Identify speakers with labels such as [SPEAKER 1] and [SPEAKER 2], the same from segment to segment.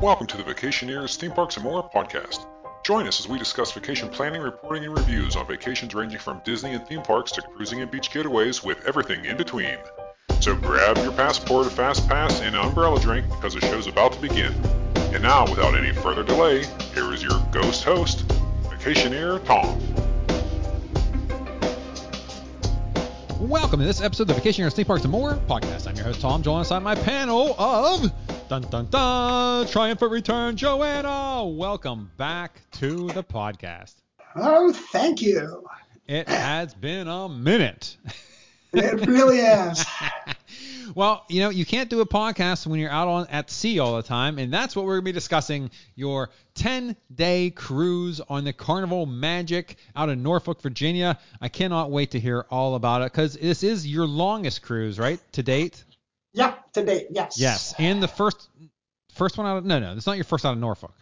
[SPEAKER 1] Welcome to the Vacationers, Theme Parks, and More podcast. Join us as we discuss vacation planning, reporting, and reviews on vacations ranging from Disney and theme parks to cruising and beach getaways with everything in between. So grab your passport, a fast pass, and an umbrella drink because the show's about to begin. And now, without any further delay, here is your ghost host, Vacationeer Tom.
[SPEAKER 2] Welcome to this episode of the Vacationers, Theme Parks, and More podcast. I'm your host, Tom, joined alongside my panel of Dun Dun Dun Triumphant Return, Joanna. Welcome back to the podcast.
[SPEAKER 3] Oh, thank you.
[SPEAKER 2] It has been a minute.
[SPEAKER 3] It really is.
[SPEAKER 2] well, you know, you can't do a podcast when you're out on at sea all the time, and that's what we're gonna be discussing. Your 10-day cruise on the Carnival Magic out in Norfolk, Virginia. I cannot wait to hear all about it because this is your longest cruise, right, to date.
[SPEAKER 3] Yep, to date, yes.
[SPEAKER 2] Yes, and the first first one out of no, no, it's not your first out of Norfolk.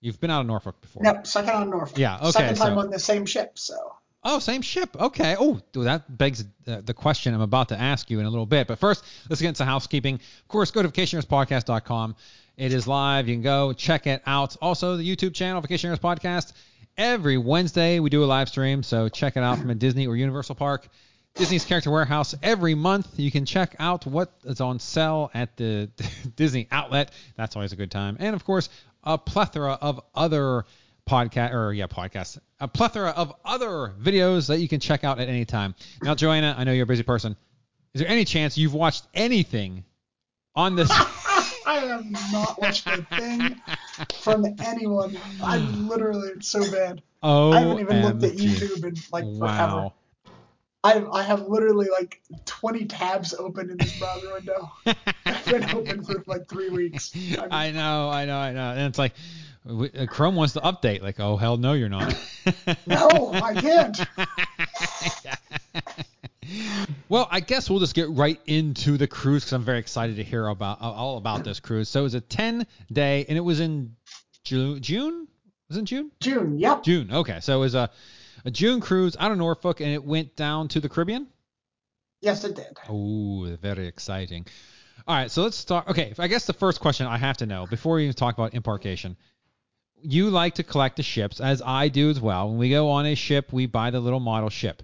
[SPEAKER 2] You've been out of Norfolk before.
[SPEAKER 3] Nope, second on Norfolk.
[SPEAKER 2] Yeah, okay,
[SPEAKER 3] Second time
[SPEAKER 2] so-
[SPEAKER 3] on the same ship, so.
[SPEAKER 2] Oh, same ship. Okay. Oh, dude, that begs uh, the question I'm about to ask you in a little bit. But first, let's get into housekeeping. Of course, go to vacationerspodcast.com. It is live. You can go check it out. Also, the YouTube channel, Vacationers Podcast. Every Wednesday, we do a live stream. So check it out from a Disney or Universal Park. Disney's Character Warehouse every month. You can check out what is on sale at the Disney outlet. That's always a good time. And of course, a plethora of other podcast or yeah, podcasts. A plethora of other videos that you can check out at any time. Now, Joanna, I know you're a busy person. Is there any chance you've watched anything on this?
[SPEAKER 3] I have not watched a thing from anyone. I'm literally it's so bad.
[SPEAKER 2] Oh,
[SPEAKER 3] I haven't even looked at YouTube in like forever.
[SPEAKER 2] Wow.
[SPEAKER 3] I I have literally like 20 tabs open in this browser window. I've been open for like three weeks. I'm-
[SPEAKER 2] I know, I know, I know. And it's like w- uh, Chrome wants to update. Like, oh hell no, you're not.
[SPEAKER 3] no, I can't.
[SPEAKER 2] well, I guess we'll just get right into the cruise because I'm very excited to hear about uh, all about this cruise. So it was a 10 day, and it was in Ju- June. Was it June?
[SPEAKER 3] June, yep.
[SPEAKER 2] June. Okay, so it was a, a June cruise out of Norfolk, and it went down to the Caribbean.
[SPEAKER 3] Yes, it did.
[SPEAKER 2] Oh, very exciting. All right, so let's start. Okay, I guess the first question I have to know before we even talk about embarkation, you like to collect the ships, as I do as well. When we go on a ship, we buy the little model ship.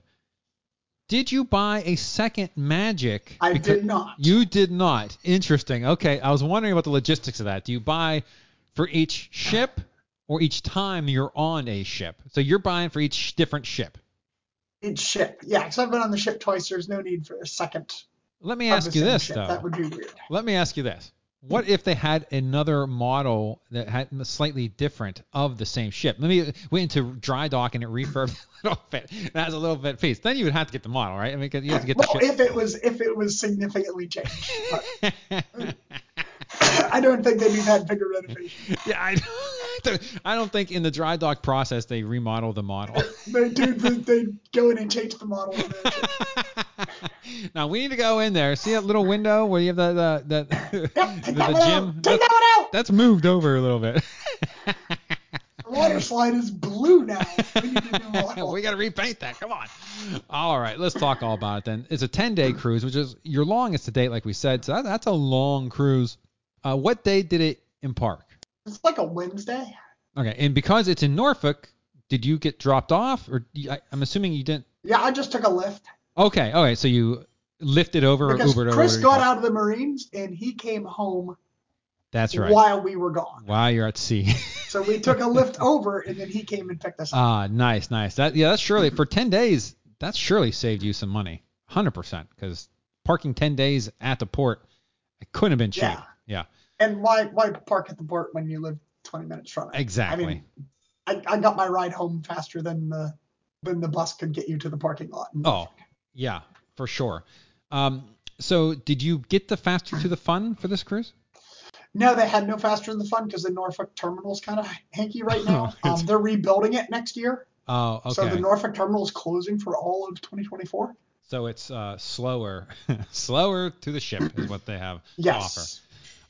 [SPEAKER 2] Did you buy a second magic?
[SPEAKER 3] I
[SPEAKER 2] Because-
[SPEAKER 3] did not.
[SPEAKER 2] You did not. Interesting. Okay, I was wondering about the logistics of that. Do you buy for each ship or each time you're on a ship? So you're buying for each different ship.
[SPEAKER 3] Each ship. Yeah, because I've been on the ship twice. There's no need for a second.
[SPEAKER 2] Let me
[SPEAKER 3] of
[SPEAKER 2] ask
[SPEAKER 3] the
[SPEAKER 2] you
[SPEAKER 3] same
[SPEAKER 2] this
[SPEAKER 3] ship.
[SPEAKER 2] though.
[SPEAKER 3] That would Hmm. be weird.
[SPEAKER 2] Let me ask you this. What if they had another model that had m- slightly different of the same ship? Let me uh, went into dry dock and it refurbed a little bit. That's a little bit piece. Then you would have to get the model, right? I mean, 'cause you have to get the
[SPEAKER 3] Well,
[SPEAKER 2] ship.
[SPEAKER 3] if it was if it was significantly changed, but I don't think they'd have had bigger renovations.
[SPEAKER 2] yeah, I, don't- I don't think in the dry dock process they remodel the model.
[SPEAKER 3] They do they, they go in and change the model. of it.
[SPEAKER 2] now we need to go in there. See that little window where you have the the the, the,
[SPEAKER 3] Take that
[SPEAKER 2] the
[SPEAKER 3] one
[SPEAKER 2] gym.
[SPEAKER 3] out. Take
[SPEAKER 2] That's-
[SPEAKER 3] that one out.
[SPEAKER 2] that's moved over a little bit.
[SPEAKER 3] The water slide is blue now. We need to do a model.
[SPEAKER 2] we got to repaint that. Come on. All right, let's talk all about it then. It's a 10 day cruise, which is your longest to date, like we said. So that, that's a long cruise. Uh, what day did it embark?
[SPEAKER 3] It's like a Wednesday.
[SPEAKER 2] Okay, and because it's in Norfolk, did you get dropped off, or you- I, I'm assuming you didn't?
[SPEAKER 3] Yeah, I just took a lift
[SPEAKER 2] Okay, all right, so you lifted over
[SPEAKER 3] because
[SPEAKER 2] or Ubered
[SPEAKER 3] Chris
[SPEAKER 2] over.
[SPEAKER 3] got out of the Marines and he came home
[SPEAKER 2] That's right.
[SPEAKER 3] while we were gone.
[SPEAKER 2] Wow, you're at sea.
[SPEAKER 3] So we took a lift over and then he came and picked us up.
[SPEAKER 2] ah, nice, nice. That yeah, that's surely for 10 days. That surely saved you some money, 100%, because parking 10 days at the port, it couldn't have been cheap.
[SPEAKER 3] Yeah.
[SPEAKER 2] yeah.
[SPEAKER 3] And why why park at the port when you live 20 minutes from it?
[SPEAKER 2] Exactly.
[SPEAKER 3] I mean, I, I got my ride home faster than the than the bus could get you to the parking lot.
[SPEAKER 2] oh, yeah, for sure. Um, so did you get the faster to the fun for this cruise?
[SPEAKER 3] No, they had no faster than the fun because the Norfolk terminal's kind of hanky right now.
[SPEAKER 2] Oh, it's-
[SPEAKER 3] um, they're rebuilding it next year,
[SPEAKER 2] Oh, okay. So,
[SPEAKER 3] so the Norfolk terminal is closing for all of 2024.
[SPEAKER 2] it's uh, slower, slower to the ship is what they have to offer.
[SPEAKER 3] Yes,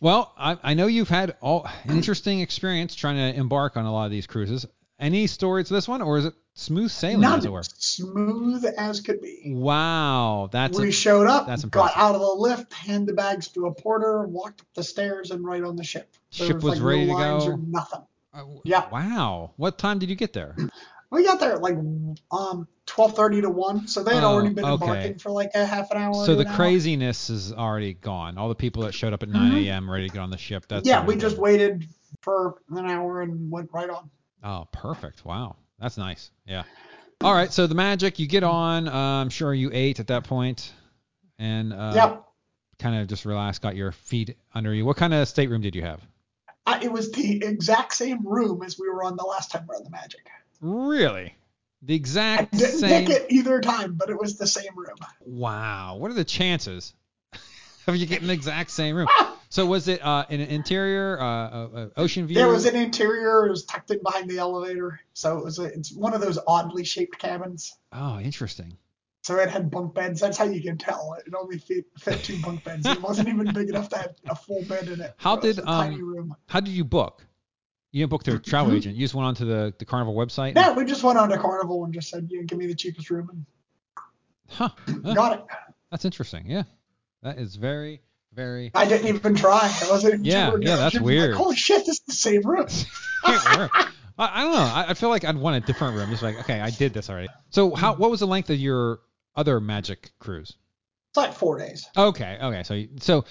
[SPEAKER 2] Well, I, I know you've had all an interesting experience trying to embark on a lot of these cruises. Any story to this one, or is it Smooth sailing,
[SPEAKER 3] Not
[SPEAKER 2] as it were.
[SPEAKER 3] smooth as could be.
[SPEAKER 2] Wow, that's
[SPEAKER 3] we
[SPEAKER 2] a,
[SPEAKER 3] showed up,
[SPEAKER 2] that's
[SPEAKER 3] got
[SPEAKER 2] impressive.
[SPEAKER 3] out of the lift, hand the bags to a porter, walked up the stairs, and right on the ship.
[SPEAKER 2] Ship was ready to
[SPEAKER 3] no lines
[SPEAKER 2] go?
[SPEAKER 3] Or nothing.
[SPEAKER 2] uh, w-
[SPEAKER 3] yeah.
[SPEAKER 2] Wow, what time did you get there?
[SPEAKER 3] We got there at like um 12:30 to one, so they had
[SPEAKER 2] Oh,
[SPEAKER 3] already been
[SPEAKER 2] okay.
[SPEAKER 3] embarking for like a half an hour.
[SPEAKER 2] So
[SPEAKER 3] to
[SPEAKER 2] the
[SPEAKER 3] an hour.
[SPEAKER 2] craziness is already gone. All the people that showed up at 9
[SPEAKER 3] Mhm.
[SPEAKER 2] a.m. ready to get on the ship. That's
[SPEAKER 3] yeah,
[SPEAKER 2] already
[SPEAKER 3] we just
[SPEAKER 2] gone.
[SPEAKER 3] waited for an hour and went right on.
[SPEAKER 2] Oh, perfect. Wow. That's nice. Yeah. All right. So the magic, you get on. Uh, I'm sure you ate at that point and uh,
[SPEAKER 3] yep,
[SPEAKER 2] kind of just relaxed, got your feet under you. What kind of stateroom did you have?
[SPEAKER 3] I, it was the exact same room as we were on the last time we were on the Magic.
[SPEAKER 2] Really? The
[SPEAKER 3] I
[SPEAKER 2] exact
[SPEAKER 3] didn't
[SPEAKER 2] same.
[SPEAKER 3] pick it either time, but it was the same room.
[SPEAKER 2] Wow. What are the chances of you getting the exact same room? So was it uh, in an interior, uh, uh, uh, ocean view?
[SPEAKER 3] There was an interior. It was tucked in behind the elevator, so it was a, it's one of those oddly shaped cabins.
[SPEAKER 2] oh, interesting.
[SPEAKER 3] So it had bunk beds. That's how you can tell. It only fit, fit two bunk beds. It wasn't even big enough to have a full bed in it.
[SPEAKER 2] How
[SPEAKER 3] It was
[SPEAKER 2] did,
[SPEAKER 3] a tiny
[SPEAKER 2] um,
[SPEAKER 3] room?
[SPEAKER 2] How did you book? You didn't book through a travel agent. You just went onto the, the Carnival website?
[SPEAKER 3] Yeah, we just went on to Carnival and just said, "You give me the cheapest room,"
[SPEAKER 2] Huh.
[SPEAKER 3] and
[SPEAKER 2] huh.
[SPEAKER 3] got it.
[SPEAKER 2] That's interesting. Yeah. That is very, very.
[SPEAKER 3] I didn't even try. I wasn't. even
[SPEAKER 2] Yeah,
[SPEAKER 3] sure.
[SPEAKER 2] yeah, that's
[SPEAKER 3] Like,
[SPEAKER 2] weird.
[SPEAKER 3] Holy shit, this is the same room.
[SPEAKER 2] Can't work. I, I don't know. I, I feel like I'd want a different room. Just like, okay, I did this already. So, how? What was the length of your other Magic cruise?
[SPEAKER 3] It's like four days.
[SPEAKER 2] Okay, okay. So, you- so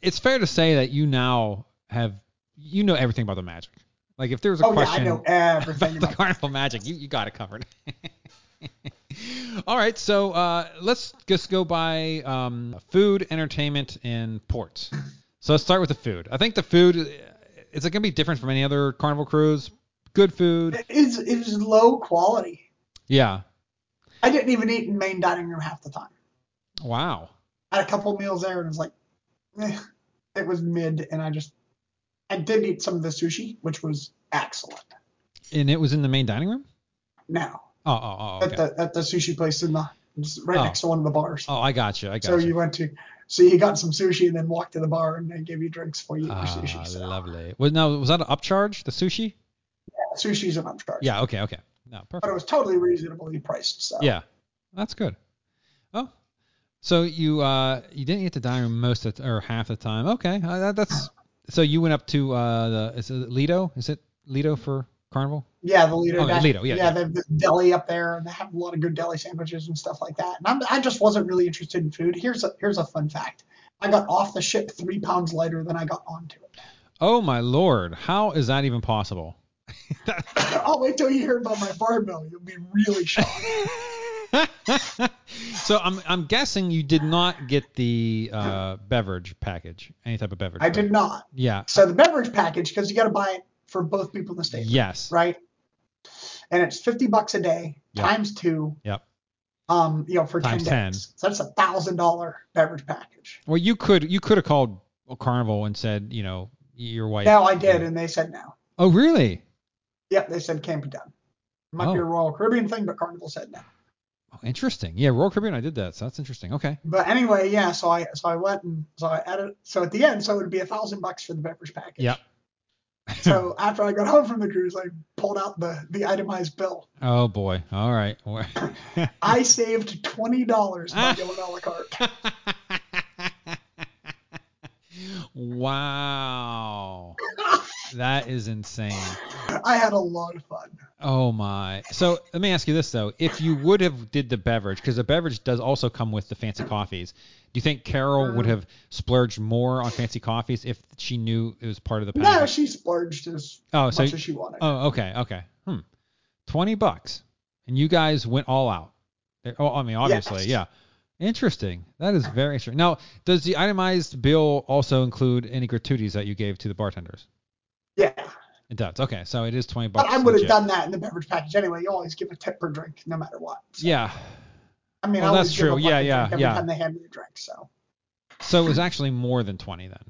[SPEAKER 2] it's fair to say that you now have you know everything about the Magic. Like, if there was a
[SPEAKER 3] oh
[SPEAKER 2] question
[SPEAKER 3] yeah, I know
[SPEAKER 2] about
[SPEAKER 3] everything.
[SPEAKER 2] the
[SPEAKER 3] about
[SPEAKER 2] Carnival Magic, you you got it covered. All right, so uh, let's just go by um, food, entertainment, and ports. So let's start with the food. I think the food uh, is it gonna be different from any other Carnival cruise? Good food.
[SPEAKER 3] it is it was low quality.
[SPEAKER 2] Yeah.
[SPEAKER 3] I didn't even eat in main dining room half the time.
[SPEAKER 2] Wow.
[SPEAKER 3] I had a couple meals there and it was like, eh, it was mid, and I just I did eat some of the sushi, which was excellent.
[SPEAKER 2] And it was in the main dining room.
[SPEAKER 3] Now
[SPEAKER 2] Oh, oh, oh. Okay.
[SPEAKER 3] at the at the sushi place in the it's right
[SPEAKER 2] Oh.
[SPEAKER 3] next to one of the bars.
[SPEAKER 2] Oh, I got you. I got
[SPEAKER 3] so
[SPEAKER 2] you.
[SPEAKER 3] you went to so you got some sushi and then walked to the bar and they gave you drinks for you.
[SPEAKER 2] Ah,
[SPEAKER 3] sushi. So
[SPEAKER 2] lovely. Was now was that an upcharge? The sushi?
[SPEAKER 3] sushi's an upcharge.
[SPEAKER 2] Yeah. Okay. Okay. No.
[SPEAKER 3] But it
[SPEAKER 2] Perfect.
[SPEAKER 3] was totally reasonably priced. So
[SPEAKER 2] Yeah. That's good. Oh. So you uh you didn't get to dining room most of, or half the time. Okay. Uh, that, that's so you went up to uh the is it Lido? Is it Lido for Carnival?
[SPEAKER 3] Yeah, the Lido.
[SPEAKER 2] Oh, yeah,
[SPEAKER 3] Deli.
[SPEAKER 2] Lido, yeah, yeah.
[SPEAKER 3] they have the deli up there, and they have a lot of good deli sandwiches and stuff like that. And I'm, I just wasn't really interested in food. Here's a here's a fun fact. I got off the ship three pounds lighter than I got onto it.
[SPEAKER 2] Oh my lord! How is that even possible?
[SPEAKER 3] oh, wait till you hear about my barbell. You'll be really shocked.
[SPEAKER 2] so I'm I'm guessing you did not get the uh, beverage package, any type of beverage.
[SPEAKER 3] I did not.
[SPEAKER 2] Yeah.
[SPEAKER 3] So the beverage package, because you got to buy it for both people in the state,
[SPEAKER 2] Yes.
[SPEAKER 3] right? And it's fifty bucks a day
[SPEAKER 2] Yep.
[SPEAKER 3] times two.
[SPEAKER 2] Yep.
[SPEAKER 3] Um, you know, for
[SPEAKER 2] Times 10.
[SPEAKER 3] ten days. So that's a thousand dollar beverage package.
[SPEAKER 2] Well, you could you could have called Carnival and said, you know, your wife.
[SPEAKER 3] No, I did, and they said no.
[SPEAKER 2] Oh, really?
[SPEAKER 3] Yep, they said can't be done. Might be
[SPEAKER 2] Oh.
[SPEAKER 3] a Royal Caribbean thing, but Carnival said no.
[SPEAKER 2] Oh, interesting. Yeah, Royal Caribbean. I did that, so that's interesting. Okay.
[SPEAKER 3] But anyway, yeah. So I so I went and so I added so at the end so it would be a thousand bucks for the beverage package.
[SPEAKER 2] Yep.
[SPEAKER 3] so after I got home from the cruise, I pulled out the the itemized bill.
[SPEAKER 2] Oh boy. All right.
[SPEAKER 3] I saved twenty dollars by going a la carte.
[SPEAKER 2] wow. That is insane.
[SPEAKER 3] I had a lot of fun.
[SPEAKER 2] Oh my. So let me ask you this though: if you would have did the beverage, because the beverage does also come with the fancy coffees, do you think Carol would
[SPEAKER 3] Uh-huh.
[SPEAKER 2] have splurged more on fancy coffees if she knew it was part of the
[SPEAKER 3] No,
[SPEAKER 2] package?
[SPEAKER 3] she splurged as
[SPEAKER 2] oh,
[SPEAKER 3] much
[SPEAKER 2] so
[SPEAKER 3] as she wanted.
[SPEAKER 2] oh, okay, okay. Hmm. Twenty bucks, and you guys went all out. There- Oh, I mean, obviously,
[SPEAKER 3] Yes.
[SPEAKER 2] yeah. Interesting. That is very interesting. Now, does the itemized bill also include any gratuities that you gave to the bartenders?
[SPEAKER 3] yeah,
[SPEAKER 2] It does. Okay, so it is twenty bucks.
[SPEAKER 3] but I would have
[SPEAKER 2] legit.
[SPEAKER 3] done that in the beverage package anyway. You always give a tip per drink, no matter what. So,
[SPEAKER 2] Yeah.
[SPEAKER 3] I mean,
[SPEAKER 2] Well,
[SPEAKER 3] I always
[SPEAKER 2] that's
[SPEAKER 3] give
[SPEAKER 2] true.
[SPEAKER 3] a
[SPEAKER 2] Yeah,
[SPEAKER 3] fucking
[SPEAKER 2] yeah,
[SPEAKER 3] drink every
[SPEAKER 2] yeah.
[SPEAKER 3] time they hand me a drink. So
[SPEAKER 2] So it was actually more than 20 then.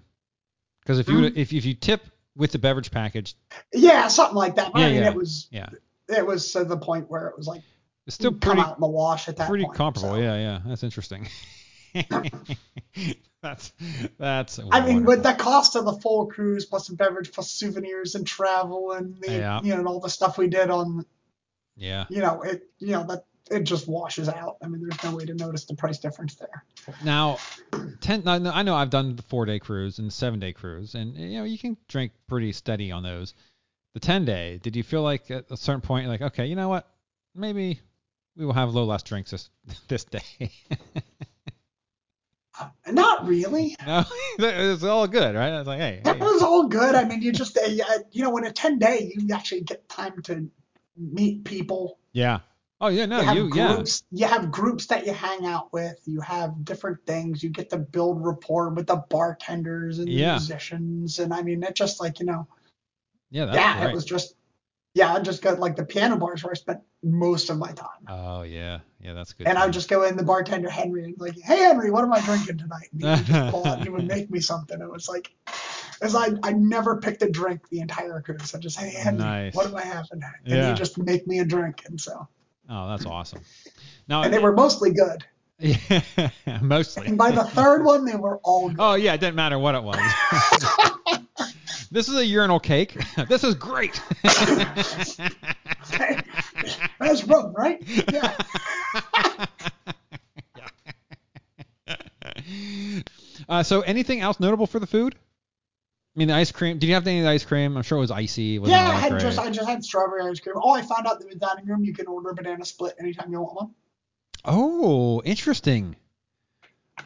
[SPEAKER 2] Because if you
[SPEAKER 3] Mm-hmm.
[SPEAKER 2] would've- if if you tip with the beverage package,
[SPEAKER 3] yeah, something like that. But
[SPEAKER 2] Yeah,
[SPEAKER 3] I mean,
[SPEAKER 2] yeah.
[SPEAKER 3] it was
[SPEAKER 2] yeah,
[SPEAKER 3] it was to the point where it was like
[SPEAKER 2] it's still
[SPEAKER 3] come
[SPEAKER 2] pretty
[SPEAKER 3] out in the wash at that
[SPEAKER 2] pretty
[SPEAKER 3] point,
[SPEAKER 2] comparable.
[SPEAKER 3] so.
[SPEAKER 2] Yeah, yeah, that's interesting. that's that's.
[SPEAKER 3] I mean,
[SPEAKER 2] wonderful.
[SPEAKER 3] with the cost of the full cruise plus the beverage plus souvenirs and travel and the
[SPEAKER 2] Yeah.
[SPEAKER 3] you know and all the stuff we did on
[SPEAKER 2] Yeah.
[SPEAKER 3] you know it you know that it just washes out. I mean, there's no way to notice the price difference there.
[SPEAKER 2] Now, ten. I know- I know I've done the four day cruise and the seven day cruise, and you know you can drink pretty steady on those. The ten day, did you feel like at a certain point, you're like, okay, you know what, maybe we will have a little less drinks this this day.
[SPEAKER 3] Uh, Not really.
[SPEAKER 2] no, it's all good, right? I was like, hey,
[SPEAKER 3] That
[SPEAKER 2] hey.
[SPEAKER 3] was all good. I mean, you just uh, you know, in a ten day, you actually get time to meet people.
[SPEAKER 2] yeah. Oh yeah, no,
[SPEAKER 3] you have
[SPEAKER 2] you, yeah,
[SPEAKER 3] groups. You have groups that you hang out with. You have different things. You get to build rapport with the bartenders and
[SPEAKER 2] Yeah.
[SPEAKER 3] musicians. And I mean, it just like you know,
[SPEAKER 2] yeah, that's
[SPEAKER 3] yeah,
[SPEAKER 2] great.
[SPEAKER 3] it was just yeah. I just got like the piano bars where I spent most of my time.
[SPEAKER 2] oh yeah, yeah, that's good.
[SPEAKER 3] And I would
[SPEAKER 2] time.
[SPEAKER 3] just go in the bartender Henry and be like, "Hey Henry, what am I drinking tonight?" And he would just pull out and he would make me something. It was like, as I I never picked a drink the entire cruise. I just, "Hey Henry,
[SPEAKER 2] Nice.
[SPEAKER 3] what do I have tonight?" And
[SPEAKER 2] Yeah.
[SPEAKER 3] he just make me a drink. And so,
[SPEAKER 2] oh, that's awesome. Now,
[SPEAKER 3] and they were mostly good.
[SPEAKER 2] yeah, mostly.
[SPEAKER 3] And by the third one, they were all good.
[SPEAKER 2] Oh yeah, it didn't matter what it was. this is a urinal cake. this is great.
[SPEAKER 3] That's rum, right? Yeah.
[SPEAKER 2] uh, so anything else notable for the food? I mean, the ice cream. Did you have any of the ice cream? I'm sure it was icy. Wasn't
[SPEAKER 3] Yeah, I
[SPEAKER 2] all
[SPEAKER 3] had
[SPEAKER 2] great.
[SPEAKER 3] just I just had strawberry ice cream. Oh, I found out that in the dining room you can order a banana split anytime you want one.
[SPEAKER 2] Oh, interesting.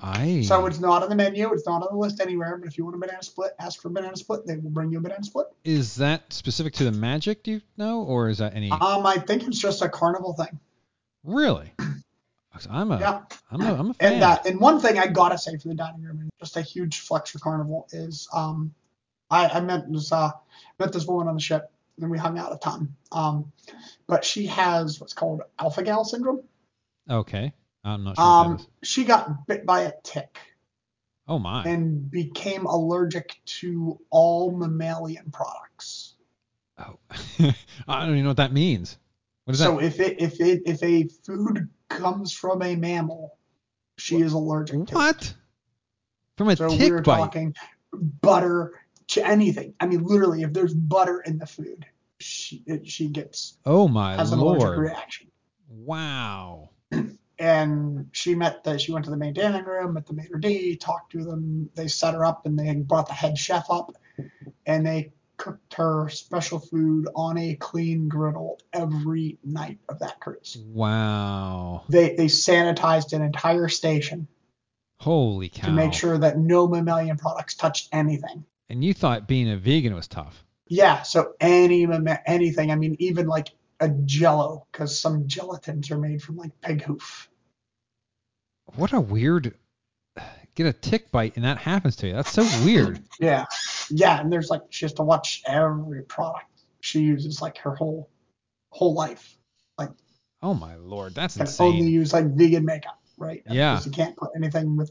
[SPEAKER 2] I.
[SPEAKER 3] So it's not on the menu, it's not on the list anywhere. But if you want a banana split, ask for a banana split. They will bring you a banana split.
[SPEAKER 2] is that specific to the magic? Do you know, or is that any?
[SPEAKER 3] Um, I think it's just a carnival thing.
[SPEAKER 2] really? 'Cause I'm a.
[SPEAKER 3] Yeah.
[SPEAKER 2] am a. I'm a fan.
[SPEAKER 3] And uh, that and one thing I gotta say for the dining room, and just a huge flex for Carnival is um, I I met this uh met this woman on the ship and we hung out a ton. Um, but she has what's called alpha gal syndrome.
[SPEAKER 2] okay. I'm not sure. what that
[SPEAKER 3] Um,
[SPEAKER 2] is.
[SPEAKER 3] she got bit by a tick
[SPEAKER 2] Oh my.
[SPEAKER 3] and became allergic to all mammalian products.
[SPEAKER 2] Oh, I don't even know what that means. What is
[SPEAKER 3] So
[SPEAKER 2] that?
[SPEAKER 3] if it if it if a food comes from a mammal, she is allergic to it.
[SPEAKER 2] What? From a
[SPEAKER 3] So we
[SPEAKER 2] tick
[SPEAKER 3] were
[SPEAKER 2] bite.
[SPEAKER 3] talking butter to anything. I mean, literally, if there's butter in the food, she it, she gets
[SPEAKER 2] Oh my
[SPEAKER 3] has an allergic
[SPEAKER 2] lord!
[SPEAKER 3] reaction.
[SPEAKER 2] Wow.
[SPEAKER 3] And she met the she went to the main dining room, met the maitre d, talked to them. They set her up, and they brought the head chef up, and they cooked her special food on a clean griddle every night of that cruise.
[SPEAKER 2] Wow.
[SPEAKER 3] They they sanitized an entire station
[SPEAKER 2] Holy cow!
[SPEAKER 3] to make sure that no mammalian products touched anything.
[SPEAKER 2] And you thought being a vegan was tough.
[SPEAKER 3] Yeah, so any mama- anything. I mean, even like a jello, because some gelatins are made from like pig hoof.
[SPEAKER 2] What a weird. Get a tick bite and that happens to you. That's so weird.
[SPEAKER 3] Yeah, yeah, and there's like she has to watch every product she uses like her whole whole life.
[SPEAKER 2] Oh my lord, that's
[SPEAKER 3] Can only
[SPEAKER 2] insane.
[SPEAKER 3] use like vegan makeup, right?
[SPEAKER 2] Yeah.
[SPEAKER 3] Because you can't put anything with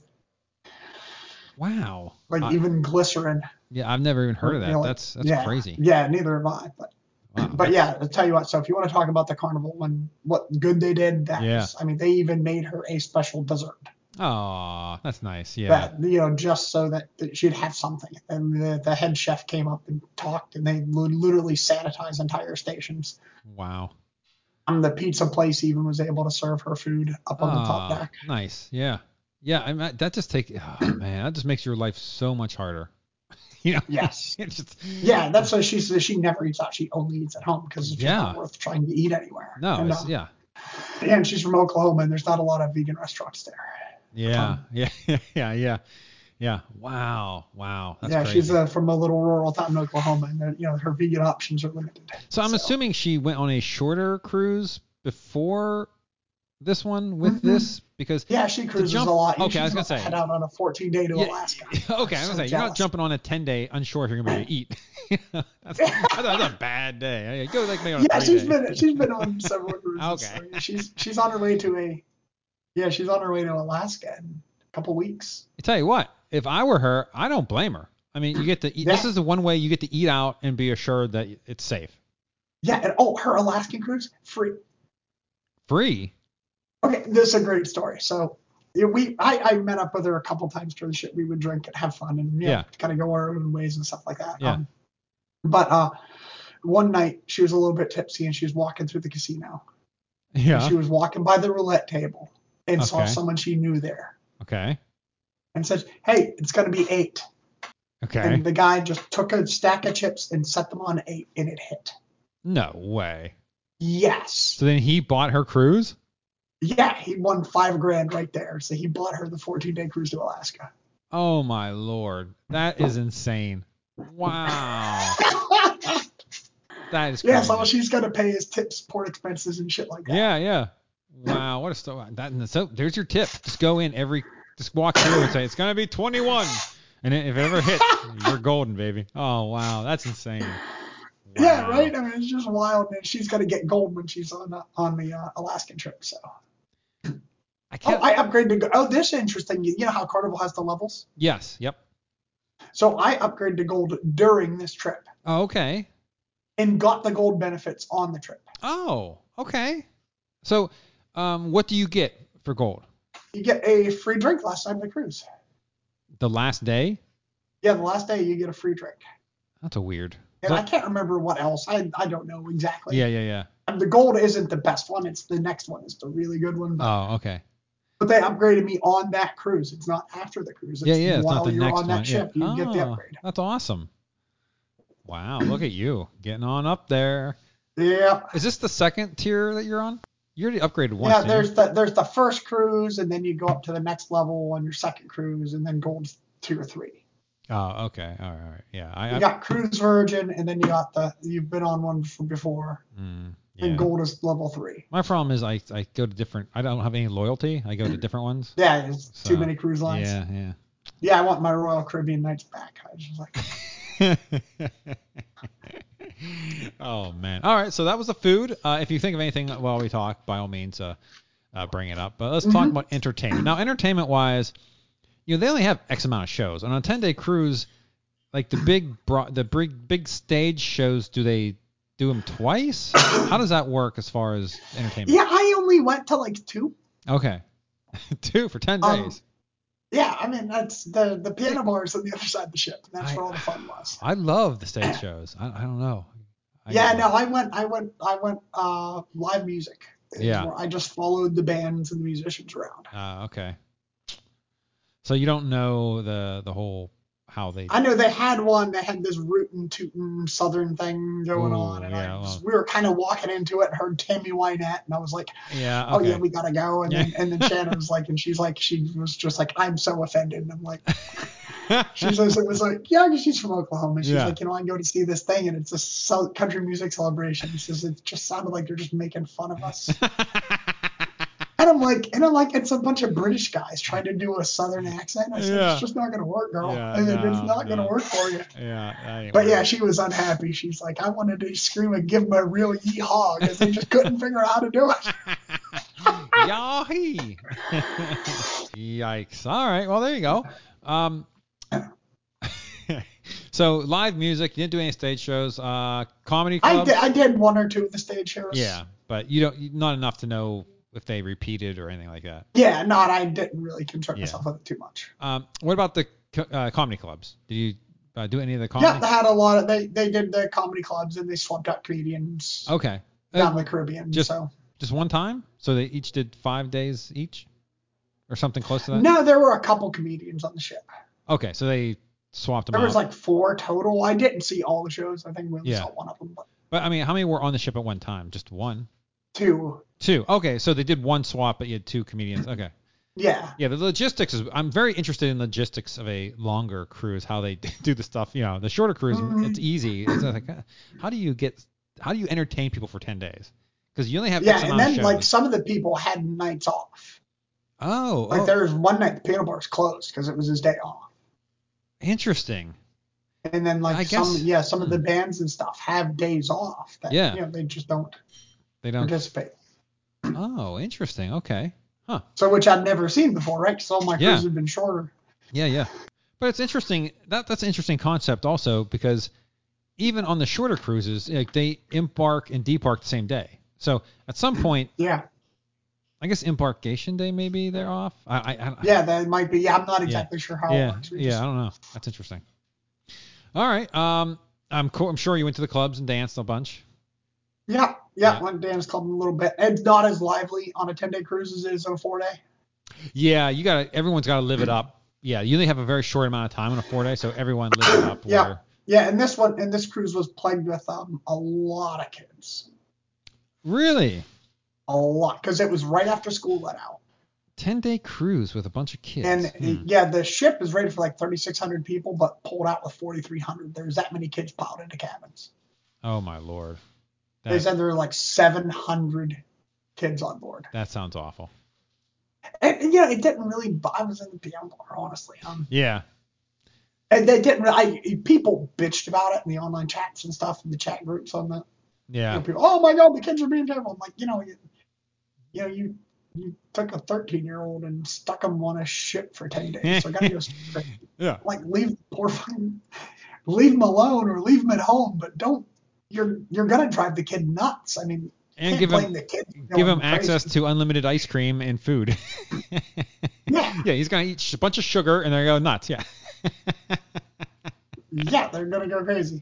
[SPEAKER 2] Wow.
[SPEAKER 3] like
[SPEAKER 2] I-
[SPEAKER 3] even glycerin.
[SPEAKER 2] yeah, I've never even heard of
[SPEAKER 3] you know,
[SPEAKER 2] that.
[SPEAKER 3] like-
[SPEAKER 2] Uh, That's that's
[SPEAKER 3] yeah,
[SPEAKER 2] crazy.
[SPEAKER 3] Yeah, neither have I. But
[SPEAKER 2] Wow.
[SPEAKER 3] but yeah, I'll tell you what. So if you want to talk about the carnival and what good they did, that
[SPEAKER 2] Yeah.
[SPEAKER 3] was- I mean, they even made her a special dessert.
[SPEAKER 2] Aw, that's nice. Yeah.
[SPEAKER 3] that you know just so that, that she'd have something and the, the head chef came up and talked and they would literally sanitize entire stations
[SPEAKER 2] Wow.
[SPEAKER 3] um, the pizza place even was able to serve her food up on the top
[SPEAKER 2] Ah,
[SPEAKER 3] deck
[SPEAKER 2] Nice. Yeah. Yeah. I mean, that just take oh, man, that just makes your life so much harder. you know.
[SPEAKER 3] yes
[SPEAKER 2] It's just-
[SPEAKER 3] yeah that's why she says she never eats out she only eats at home because it's just not
[SPEAKER 2] Yeah.
[SPEAKER 3] worth trying to eat anywhere
[SPEAKER 2] No.
[SPEAKER 3] and,
[SPEAKER 2] It's,
[SPEAKER 3] uh,
[SPEAKER 2] yeah.
[SPEAKER 3] yeah, and she's from oklahoma and there's not a lot of vegan restaurants there
[SPEAKER 2] Yeah.
[SPEAKER 3] um,
[SPEAKER 2] Yeah. Yeah. Yeah. Yeah. Wow. Wow. That's
[SPEAKER 3] yeah
[SPEAKER 2] crazy.
[SPEAKER 3] she's uh, from a little rural town in oklahoma and uh, you know her vegan options are limited
[SPEAKER 2] so I'm
[SPEAKER 3] uh, so-
[SPEAKER 2] assuming she went on a shorter cruise before this one with
[SPEAKER 3] Mhm.
[SPEAKER 2] this because.
[SPEAKER 3] yeah she cruises
[SPEAKER 2] jump-
[SPEAKER 3] a lot You
[SPEAKER 2] okay,
[SPEAKER 3] should
[SPEAKER 2] I was gonna
[SPEAKER 3] not
[SPEAKER 2] say-
[SPEAKER 3] head out on a 14 day to
[SPEAKER 2] Yeah,
[SPEAKER 3] alaska
[SPEAKER 2] okay, I was
[SPEAKER 3] so
[SPEAKER 2] gonna say you're not
[SPEAKER 3] jealous.
[SPEAKER 2] jumping on a 10 day unsure if you're gonna be able to eat. that's, that's, a, that's a bad day. Go like maybe on a
[SPEAKER 3] yeah,
[SPEAKER 2] three
[SPEAKER 3] she's
[SPEAKER 2] day.
[SPEAKER 3] been she's been on several cruises.
[SPEAKER 2] Okay.
[SPEAKER 3] so she's she's on her way to a yeah, she's on her way to Alaska in a couple weeks.
[SPEAKER 2] I tell you what, if I were her, I don't blame her. I mean, you get to eat. This
[SPEAKER 3] Yeah.
[SPEAKER 2] is the one way you get to eat out and be assured that it's safe,
[SPEAKER 3] Yeah, and oh, her Alaskan cruise free.
[SPEAKER 2] free.
[SPEAKER 3] Okay, this is a great story. So yeah, we I, I met up with her a couple times during the ship. We would drink and have fun and yeah,
[SPEAKER 2] Yeah.
[SPEAKER 3] kind of go our own ways and stuff like that.
[SPEAKER 2] Yeah.
[SPEAKER 3] Um, but uh, One night she was a little bit tipsy and she was walking through the casino. And
[SPEAKER 2] Yeah.
[SPEAKER 3] She was walking by the roulette table and saw
[SPEAKER 2] Okay.
[SPEAKER 3] someone she knew there
[SPEAKER 2] Okay.
[SPEAKER 3] and said, "Hey, it's gonna be eight.
[SPEAKER 2] Okay.
[SPEAKER 3] And the guy just took a stack of chips and set them on eight, and it hit.
[SPEAKER 2] No way.
[SPEAKER 3] Yes.
[SPEAKER 2] So then he bought her cruise.
[SPEAKER 3] Yeah, he won five grand right there. So he bought her the 14 day cruise to Alaska.
[SPEAKER 2] Oh my lord, that is insane. Wow. That is crazy.
[SPEAKER 3] yeah, so all she's gonna pay is tips, port expenses, and shit like that.
[SPEAKER 2] Yeah, yeah. Wow, what a story. That, and so there's your tip. Just go in every, just walk through and say it's gonna be 21, and then if it ever hits, you're golden, baby. Oh wow, that's insane.
[SPEAKER 3] Yeah,
[SPEAKER 2] Wow.
[SPEAKER 3] right. I mean, it's just wild, and she's gonna get gold when she's on the, on the uh, Alaskan trip. So,
[SPEAKER 2] I
[SPEAKER 3] oh,
[SPEAKER 2] can't.
[SPEAKER 3] I upgraded to go. Oh, this is interesting. You you know how Carnival has the levels?
[SPEAKER 2] yes. Yep.
[SPEAKER 3] So I upgraded to gold during this trip
[SPEAKER 2] Oh, okay.
[SPEAKER 3] and got the gold benefits on the trip.
[SPEAKER 2] Oh, okay. So, um, what do you get for gold?
[SPEAKER 3] You get a free drink last time of the cruise.
[SPEAKER 2] The last day?
[SPEAKER 3] Yeah, the last day you get a free drink.
[SPEAKER 2] That's a weird.
[SPEAKER 3] And I
[SPEAKER 2] But-
[SPEAKER 3] can't remember what else. I, I don't know exactly.
[SPEAKER 2] yeah, yeah, yeah.
[SPEAKER 3] The gold isn't the best one. It's the next one. It's the really good one. But,
[SPEAKER 2] Oh, okay.
[SPEAKER 3] but they upgraded me on that cruise. It's not after the cruise. It's
[SPEAKER 2] Yeah, yeah. It's
[SPEAKER 3] While
[SPEAKER 2] not the
[SPEAKER 3] you're
[SPEAKER 2] next
[SPEAKER 3] on that
[SPEAKER 2] one. Yeah.
[SPEAKER 3] ship, you get the
[SPEAKER 2] Oh,
[SPEAKER 3] upgrade.
[SPEAKER 2] That's awesome. Wow, look at you getting on up there.
[SPEAKER 3] Yeah.
[SPEAKER 2] Is this the second tier that you're on? You already upgraded once.
[SPEAKER 3] Yeah,
[SPEAKER 2] didn't you?
[SPEAKER 3] there's the there's the first cruise, and then you go up to the next level on your second cruise, and then gold tier three.
[SPEAKER 2] Oh, okay. All right. all right. Yeah. I,
[SPEAKER 3] You
[SPEAKER 2] I
[SPEAKER 3] got cruise virgin, and then you got the you've been on one from before,
[SPEAKER 2] mm,
[SPEAKER 3] and
[SPEAKER 2] yeah.
[SPEAKER 3] gold is level three.
[SPEAKER 2] My problem is I, I go to different. I don't have any loyalty. I go to different ones.
[SPEAKER 3] Yeah, it's
[SPEAKER 2] So,
[SPEAKER 3] too many cruise lines. Yeah.
[SPEAKER 2] Yeah, yeah.
[SPEAKER 3] I want my Royal Caribbean nights back. I was just like,
[SPEAKER 2] oh man. All right. So that was the food. Uh, if you think of anything while we talk, by all means, uh, uh, bring it up. But let's talk
[SPEAKER 3] Mhm.
[SPEAKER 2] about entertainment. Now, entertainment wise, you know they only have X amount of shows, and on a ten day cruise, like the big bro- the big big stage shows, do they do them twice? How does that work as far as entertainment?
[SPEAKER 3] yeah, I only went to like two.
[SPEAKER 2] Okay. Two for ten
[SPEAKER 3] Um,
[SPEAKER 2] days.
[SPEAKER 3] Yeah, I mean that's the the piano bars on the other side of the ship. And that's
[SPEAKER 2] I-
[SPEAKER 3] where all the fun was.
[SPEAKER 2] I love the stage shows. I, I don't know. I
[SPEAKER 3] yeah, no,
[SPEAKER 2] love-
[SPEAKER 3] I went, I went, I went uh, live music. It's
[SPEAKER 2] Yeah.
[SPEAKER 3] where I just followed the bands and the musicians around.
[SPEAKER 2] Ah, okay. So you don't know the the whole how they.
[SPEAKER 3] I know they had one that had this rootin' tootin' southern thing going
[SPEAKER 2] Ooh,
[SPEAKER 3] on, and
[SPEAKER 2] yeah,
[SPEAKER 3] I was,
[SPEAKER 2] well-
[SPEAKER 3] we were kind of walking into it. and Heard Tammy Wynette, and I was like,
[SPEAKER 2] yeah.
[SPEAKER 3] "Oh
[SPEAKER 2] Okay.
[SPEAKER 3] yeah, we gotta go." And then
[SPEAKER 2] Yeah.
[SPEAKER 3] and then Shannon was like, and she's like, she was just like, "I'm so offended," and I'm like, she says it was like, yeah, 'cause she's from Oklahoma. She's
[SPEAKER 2] Yeah.
[SPEAKER 3] like, you know, I go to see this thing, and it's a sou- country music celebration. She says it just sounded like they're just making fun of us. And I'm like, and I'm like, it's a bunch of British guys trying to do a Southern accent. I said,
[SPEAKER 2] Yeah.
[SPEAKER 3] it's just not gonna work, girl.
[SPEAKER 2] Yeah,
[SPEAKER 3] I said,
[SPEAKER 2] no,
[SPEAKER 3] it's not
[SPEAKER 2] no.
[SPEAKER 3] gonna work for you.
[SPEAKER 2] yeah. that ain't
[SPEAKER 3] But yeah,
[SPEAKER 2] working.
[SPEAKER 3] she was unhappy. She's like, I wanted to scream and give them a real yeehaw because they just couldn't figure out how to do it.
[SPEAKER 2] Yahee! Yikes! All right. Well, there you go. Um, so live music. You didn't do any stage shows. Uh, comedy
[SPEAKER 3] I
[SPEAKER 2] clubs.
[SPEAKER 3] did, I did one or two of the stage shows.
[SPEAKER 2] Yeah, but you don't. Not enough to know if they repeated or anything like that.
[SPEAKER 3] Yeah, not. I didn't really concern
[SPEAKER 2] Yeah.
[SPEAKER 3] myself with it too much.
[SPEAKER 2] Um, what about the co- uh, comedy clubs? Did you uh, do any of the
[SPEAKER 3] Yeah,
[SPEAKER 2] comedy?
[SPEAKER 3] they had a lot of they they did the comedy clubs and they swapped out comedians.
[SPEAKER 2] okay,
[SPEAKER 3] down the Caribbean.
[SPEAKER 2] just-
[SPEAKER 3] so
[SPEAKER 2] just one time. So they each did five days each, or something close to that.
[SPEAKER 3] no, there were a couple comedians on the ship.
[SPEAKER 2] Okay, so they swapped them
[SPEAKER 3] There
[SPEAKER 2] out.
[SPEAKER 3] was like four total. I didn't see all the shows. I think we only
[SPEAKER 2] Yeah.
[SPEAKER 3] saw one of them, but
[SPEAKER 2] but I mean, how many were on the ship at one time? Just one,
[SPEAKER 3] two.
[SPEAKER 2] two. Okay, so they did one swap, but you had two comedians. Okay,
[SPEAKER 3] Yeah,
[SPEAKER 2] yeah. The logistics is. I'm very interested in logistics of a longer cruise. How they do the stuff. You know, the shorter cruise,
[SPEAKER 3] Mhm.
[SPEAKER 2] it's easy. It's like, uh, how do you get? How do you entertain people for ten days? Because you only have X
[SPEAKER 3] yeah, and
[SPEAKER 2] amount of
[SPEAKER 3] then like
[SPEAKER 2] shows.
[SPEAKER 3] some of the people had nights off.
[SPEAKER 2] oh,
[SPEAKER 3] Like
[SPEAKER 2] oh,
[SPEAKER 3] there was one night the piano bar's closed because it was his day off.
[SPEAKER 2] interesting.
[SPEAKER 3] And then like
[SPEAKER 2] I
[SPEAKER 3] some
[SPEAKER 2] guess- Hmm.
[SPEAKER 3] yeah, some of the bands and stuff have days off that
[SPEAKER 2] Yeah.
[SPEAKER 3] you know, they just don't
[SPEAKER 2] They don't.
[SPEAKER 3] participate.
[SPEAKER 2] Oh, interesting. Okay.
[SPEAKER 3] So which I've never seen before, right? Because all my
[SPEAKER 2] Yeah.
[SPEAKER 3] cruises have been shorter.
[SPEAKER 2] Yeah, yeah. But it's interesting. That that's an interesting concept also because even on the shorter cruises, like they embark and debark the same day. So at some point,
[SPEAKER 3] Yeah.
[SPEAKER 2] I guess embarkation day maybe they're off. I I, I don't-
[SPEAKER 3] Yeah, that might be yeah, I'm not exactly sure how it
[SPEAKER 2] yeah
[SPEAKER 3] works. We
[SPEAKER 2] yeah
[SPEAKER 3] just-
[SPEAKER 2] I don't know. That's interesting. All right. Um. I'm, co- I'm sure you went to the clubs and danced a bunch.
[SPEAKER 3] Yeah, yeah,
[SPEAKER 2] Yeah.
[SPEAKER 3] went to dance club a little bit. It's not as lively on a 10 day cruise as it is on a four day.
[SPEAKER 2] Yeah, you got to everyone's got to live it up. Yeah, you only have a very short amount of time on a four day, so everyone lives it up.
[SPEAKER 3] Yeah.
[SPEAKER 2] where-
[SPEAKER 3] Yeah, and this one and this cruise was plagued with um, a lot of kids,
[SPEAKER 2] Really,
[SPEAKER 3] a lot, because it was right after school let out.
[SPEAKER 2] ten day cruise with a bunch of kids.
[SPEAKER 3] And
[SPEAKER 2] Hmm.
[SPEAKER 3] yeah, the ship is rated for like 3,600 people, but pulled out with 4,300. There's that many kids piled into cabins.
[SPEAKER 2] Oh my lord,
[SPEAKER 3] They
[SPEAKER 2] that,
[SPEAKER 3] said there were like 700 kids on board.
[SPEAKER 2] that sounds awful.
[SPEAKER 3] And, and, yeah, it didn't really. b- I was in the PM bar, honestly. Um,
[SPEAKER 2] Yeah,
[SPEAKER 3] and they didn't. I people bitched about it in the online chats and stuff, in the chat groups on the you know,
[SPEAKER 2] yeah,
[SPEAKER 3] people, oh my god, the kids are being terrible. I'm like, you know, you, you know, you you took a 13 year old and stuck him on a ship for 10 days. So I gotta go.
[SPEAKER 2] Yeah.
[SPEAKER 3] Like leave poor fucking, leave him alone or leave him at home, but don't. You're you're gonna drive the kid nuts. I mean,
[SPEAKER 2] and
[SPEAKER 3] can't
[SPEAKER 2] give
[SPEAKER 3] blame
[SPEAKER 2] him
[SPEAKER 3] the kid. for
[SPEAKER 2] give
[SPEAKER 3] going
[SPEAKER 2] him access to unlimited ice cream and food.
[SPEAKER 3] Yeah,
[SPEAKER 2] yeah, he's gonna eat sh- a bunch of sugar and they're gonna go nuts. Yeah.
[SPEAKER 3] yeah, they're gonna go crazy.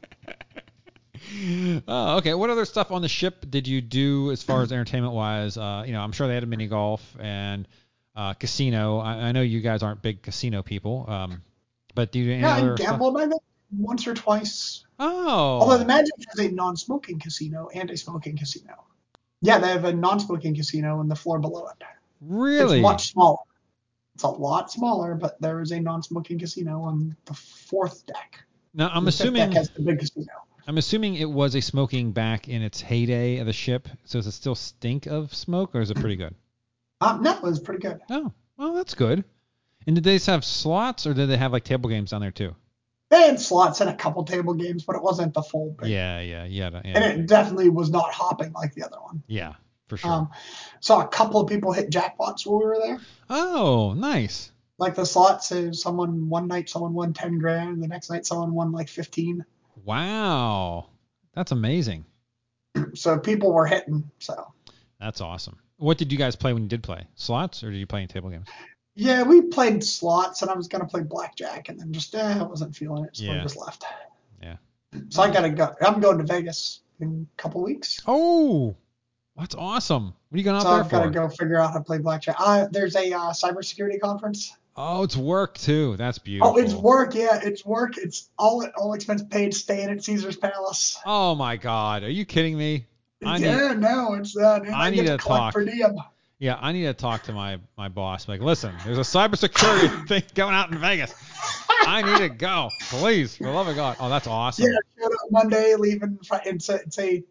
[SPEAKER 2] Oh, okay. What other stuff on the ship did you do as far as entertainment wise? Uh, you know, I'm sure they had a mini golf and uh, casino. I, I know you guys aren't big casino people, um, but do you do any
[SPEAKER 3] Yeah, I
[SPEAKER 2] other stuff?
[SPEAKER 3] gambled. I think once or twice Although the
[SPEAKER 2] Oh,
[SPEAKER 3] Magic has a non-smoking casino and a smoking casino. Yeah, they have a non-smoking casino in the floor below it.
[SPEAKER 2] really?
[SPEAKER 3] It's much smaller. It's a lot smaller, but there is a non-smoking casino on the fourth deck.
[SPEAKER 2] Now I'm
[SPEAKER 3] the fifth
[SPEAKER 2] assuming
[SPEAKER 3] deck has the big casino.
[SPEAKER 2] I'm assuming it was a smoking back in its heyday of the ship. So does it still stink of smoke, or is it pretty good?
[SPEAKER 3] Um, no, it was pretty good.
[SPEAKER 2] Oh, well, that's good. And did they just have slots, or did they have like table games down there too?
[SPEAKER 3] They had slots and a couple table games, but it wasn't the full big.
[SPEAKER 2] Yeah, yeah, yeah,
[SPEAKER 3] And
[SPEAKER 2] yeah,
[SPEAKER 3] it definitely was not hopping like the other one.
[SPEAKER 2] yeah, for sure.
[SPEAKER 3] Um, saw a couple of people hit jackpots while we were there.
[SPEAKER 2] oh, nice.
[SPEAKER 3] Like the slot says, someone one night someone won 10 grand, and the next night someone won like 15.
[SPEAKER 2] Wow, that's amazing.
[SPEAKER 3] So people were hitting. So
[SPEAKER 2] That's awesome. What did you guys play when you did play slots, or did you play any table games?
[SPEAKER 3] Yeah, we played slots, and I was gonna play blackjack, and then just eh, I wasn't feeling it, so
[SPEAKER 2] Yeah.
[SPEAKER 3] I just left.
[SPEAKER 2] Yeah.
[SPEAKER 3] So I gotta go. I'm going to Vegas in a couple weeks,
[SPEAKER 2] Oh, that's awesome. What are you going out
[SPEAKER 3] so
[SPEAKER 2] there
[SPEAKER 3] I've
[SPEAKER 2] for?
[SPEAKER 3] gotta go figure out how to play blackjack. Uh, there's a uh, cybersecurity conference.
[SPEAKER 2] Oh, it's work too. That's beautiful.
[SPEAKER 3] Oh, it's work. Yeah, it's work. It's all all expense paid. Staying at Caesar's Palace.
[SPEAKER 2] Oh my God, are you kidding me? I need-
[SPEAKER 3] yeah, no, it's that. And
[SPEAKER 2] I
[SPEAKER 3] I,
[SPEAKER 2] need
[SPEAKER 3] get to
[SPEAKER 2] to talk.
[SPEAKER 3] collect per diem.
[SPEAKER 2] Yeah, I need to talk to my my boss. Like, listen, there's a cybersecurity thing going out in Vegas. I need to go, please, for the love of God. Oh, that's awesome.
[SPEAKER 3] Yeah, showed up Monday, leaving. Fri- It's a it's a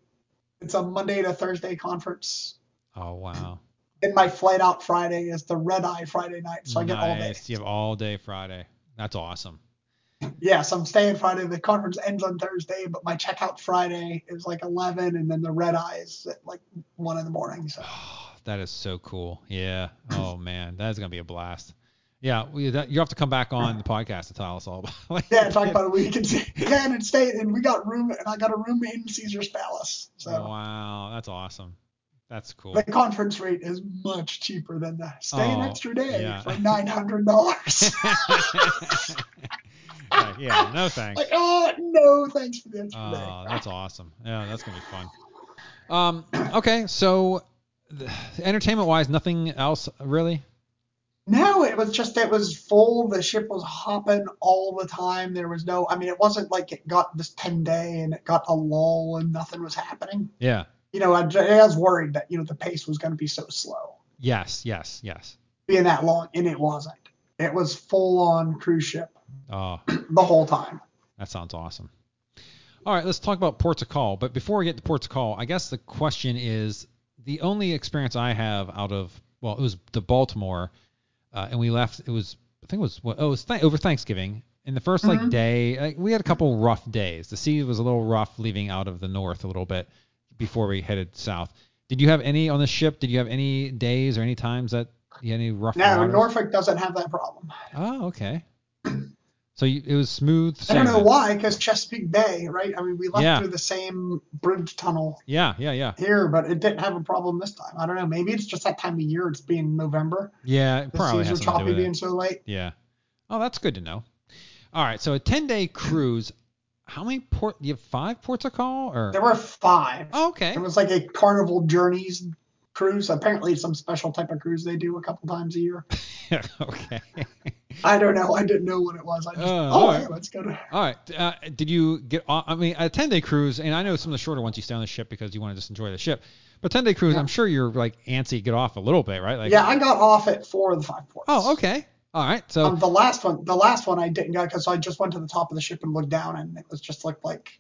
[SPEAKER 3] it's a Monday to Thursday conference.
[SPEAKER 2] Oh wow.
[SPEAKER 3] And my flight out Friday is the red eye Friday night, so I get all day.
[SPEAKER 2] nice. You have all day Friday. That's awesome.
[SPEAKER 3] Yes, I'm staying Friday. The conference ends on Thursday, but my checkout Friday is like 11, and then the red eye is at like 1 in the morning. So
[SPEAKER 2] that is so cool. Yeah. Oh man, that is gonna be a blast. Yeah, we, that, you have to come back on the podcast to tell us all about. it.
[SPEAKER 3] yeah, talk about a week. And say, yeah, and it's stayed, and we got room, and I got a room in Caesar's Palace. So
[SPEAKER 2] Oh, Wow, that's awesome. That's cool.
[SPEAKER 3] the conference rate is much cheaper than the stay an
[SPEAKER 2] Oh,
[SPEAKER 3] extra day
[SPEAKER 2] yeah.
[SPEAKER 3] for $900.
[SPEAKER 2] Like, yeah, no thanks.
[SPEAKER 3] like, oh, no, thanks for the extra
[SPEAKER 2] Oh,
[SPEAKER 3] day.
[SPEAKER 2] that's awesome. Yeah, that's gonna be fun. Um, okay, so th- entertainment-wise, nothing else really.
[SPEAKER 3] No, it was just it was full. The ship was hopping all the time. There was no, I mean, it wasn't like it got this ten day and it got a lull and nothing was happening.
[SPEAKER 2] Yeah.
[SPEAKER 3] You know, I, I was worried that you know the pace was going to be so slow,
[SPEAKER 2] Yes. Yes. Yes.
[SPEAKER 3] being that long, and it wasn't. It was full on cruise ship
[SPEAKER 2] Oh,
[SPEAKER 3] the whole time.
[SPEAKER 2] that sounds awesome. All right, let's talk about ports of call. But before we get to ports of call, I guess the question is the only experience I have out of well, it was the Baltimore, uh, and we left. It was I think it was what? Oh, it was th- over Thanksgiving. And the first like
[SPEAKER 3] Mhm.
[SPEAKER 2] day, like, we had a couple rough days. The sea was a little rough leaving out of the north a little bit before we headed south. Did you have any on the ship? Did you have any days or any times that you had any rough?
[SPEAKER 3] Now
[SPEAKER 2] waters?
[SPEAKER 3] Norfolk doesn't have that problem.
[SPEAKER 2] Oh, okay. So you, it was smooth.
[SPEAKER 3] I don't
[SPEAKER 2] sailing
[SPEAKER 3] know
[SPEAKER 2] then.
[SPEAKER 3] why, because Chesapeake Bay, right? I mean, we left
[SPEAKER 2] Yeah.
[SPEAKER 3] through the same bridge tunnel
[SPEAKER 2] Yeah, yeah, yeah.
[SPEAKER 3] here, but it didn't have a problem this time. I don't know. Maybe it's just that time of year. It's being November.
[SPEAKER 2] Yeah, it
[SPEAKER 3] The
[SPEAKER 2] probably
[SPEAKER 3] seas
[SPEAKER 2] has
[SPEAKER 3] are
[SPEAKER 2] something to do
[SPEAKER 3] choppy
[SPEAKER 2] with it.
[SPEAKER 3] being so late.
[SPEAKER 2] Yeah. Oh, that's good to know. All right, so a 10-day cruise. how many port? You have five ports of call, or
[SPEAKER 3] There were five.
[SPEAKER 2] oh, okay,
[SPEAKER 3] It was like a Carnival Journeys cruise. Apparently, it's some special type of cruise they do a couple times a year.
[SPEAKER 2] okay.
[SPEAKER 3] I don't know. I didn't know what it was. I just,
[SPEAKER 2] Oh,
[SPEAKER 3] oh,
[SPEAKER 2] alright.
[SPEAKER 3] hey, let's go to.
[SPEAKER 2] All right. Uh, did you get? on- I mean, a ten day cruise, and I know some of the shorter ones you stay on the ship because you want to just enjoy the ship. But ten day cruise,
[SPEAKER 3] Yeah.
[SPEAKER 2] I'm sure you're like antsy to get off a little bit, right? Like,
[SPEAKER 3] yeah, I got off at four of the five ports.
[SPEAKER 2] Oh, okay. All right. So
[SPEAKER 3] Um, the last one, the last one I didn't go because I just went to the top of the ship and looked down, and it was just looked like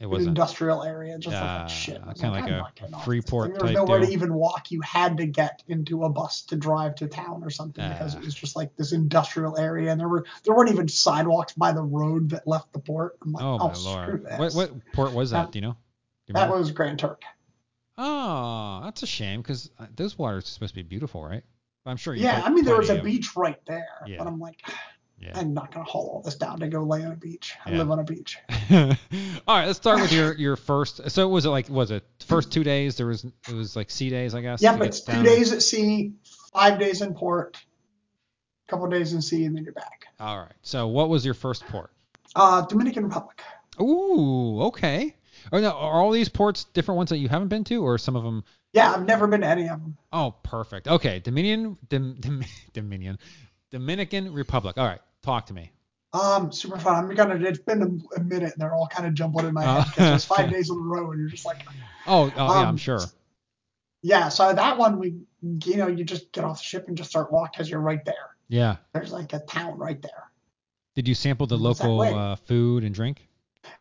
[SPEAKER 2] it
[SPEAKER 3] an
[SPEAKER 2] wasn't.
[SPEAKER 3] industrial area, just like
[SPEAKER 2] Ah,
[SPEAKER 3] that shit. I was
[SPEAKER 2] kinda like
[SPEAKER 3] I'm
[SPEAKER 2] a-
[SPEAKER 3] not getting
[SPEAKER 2] a
[SPEAKER 3] off
[SPEAKER 2] free
[SPEAKER 3] this thing.
[SPEAKER 2] port
[SPEAKER 3] There was
[SPEAKER 2] type
[SPEAKER 3] nowhere
[SPEAKER 2] deal.
[SPEAKER 3] to even walk. You had to get into a bus to drive to town or something because
[SPEAKER 2] Ah.
[SPEAKER 3] it was just like this industrial area, and there were there weren't even sidewalks by the road that left the port. I'm like,
[SPEAKER 2] Oh
[SPEAKER 3] oh,
[SPEAKER 2] my
[SPEAKER 3] screw
[SPEAKER 2] lord.
[SPEAKER 3] This.
[SPEAKER 2] What what port was that?
[SPEAKER 3] That-
[SPEAKER 2] Do you know? Do you
[SPEAKER 3] That
[SPEAKER 2] remember?
[SPEAKER 3] was Grand Turk.
[SPEAKER 2] Oh, that's a shame because those waters are supposed to be beautiful, right? I'm sure. You
[SPEAKER 3] Yeah,
[SPEAKER 2] pl-
[SPEAKER 3] I mean there was
[SPEAKER 2] plenty
[SPEAKER 3] a
[SPEAKER 2] of-
[SPEAKER 3] beach right there,
[SPEAKER 2] Yeah.
[SPEAKER 3] but I'm like,
[SPEAKER 2] Yeah.
[SPEAKER 3] I'm not gonna haul all this down to go lay on a beach. I
[SPEAKER 2] Yeah.
[SPEAKER 3] live on a beach.
[SPEAKER 2] All right, let's start with your your first. So was it like was it first two days? There was it was like sea days, I guess.
[SPEAKER 3] Yeah,
[SPEAKER 2] to
[SPEAKER 3] but
[SPEAKER 2] get
[SPEAKER 3] it's two
[SPEAKER 2] down.
[SPEAKER 3] days at sea, five days in port, a couple days in sea, and then you're back.
[SPEAKER 2] All right. So what was your first port?
[SPEAKER 3] Uh, Dominican Republic.
[SPEAKER 2] Ooh, okay. Or no, are all these ports different ones that you haven't been to, or some of them?
[SPEAKER 3] Yeah, I've never been to any of them.
[SPEAKER 2] Oh, perfect. Okay, Dominion, Dim, Dim, Dominion, Dominican Republic. All right, talk to me.
[SPEAKER 3] Um, super fun. I'm gonna. It's been a, a minute, and they're all kind of jumbled in my
[SPEAKER 2] Oh.
[SPEAKER 3] head because it's five days in a row, and you're just like,
[SPEAKER 2] Oh, oh yeah, I'm
[SPEAKER 3] Um,
[SPEAKER 2] sure.
[SPEAKER 3] yeah. So that one, we, you know, you just get off the ship and just start walking because you're right there.
[SPEAKER 2] Yeah.
[SPEAKER 3] There's like a town right there.
[SPEAKER 2] Did you sample the
[SPEAKER 3] It was that
[SPEAKER 2] local
[SPEAKER 3] way.
[SPEAKER 2] uh, food and drink?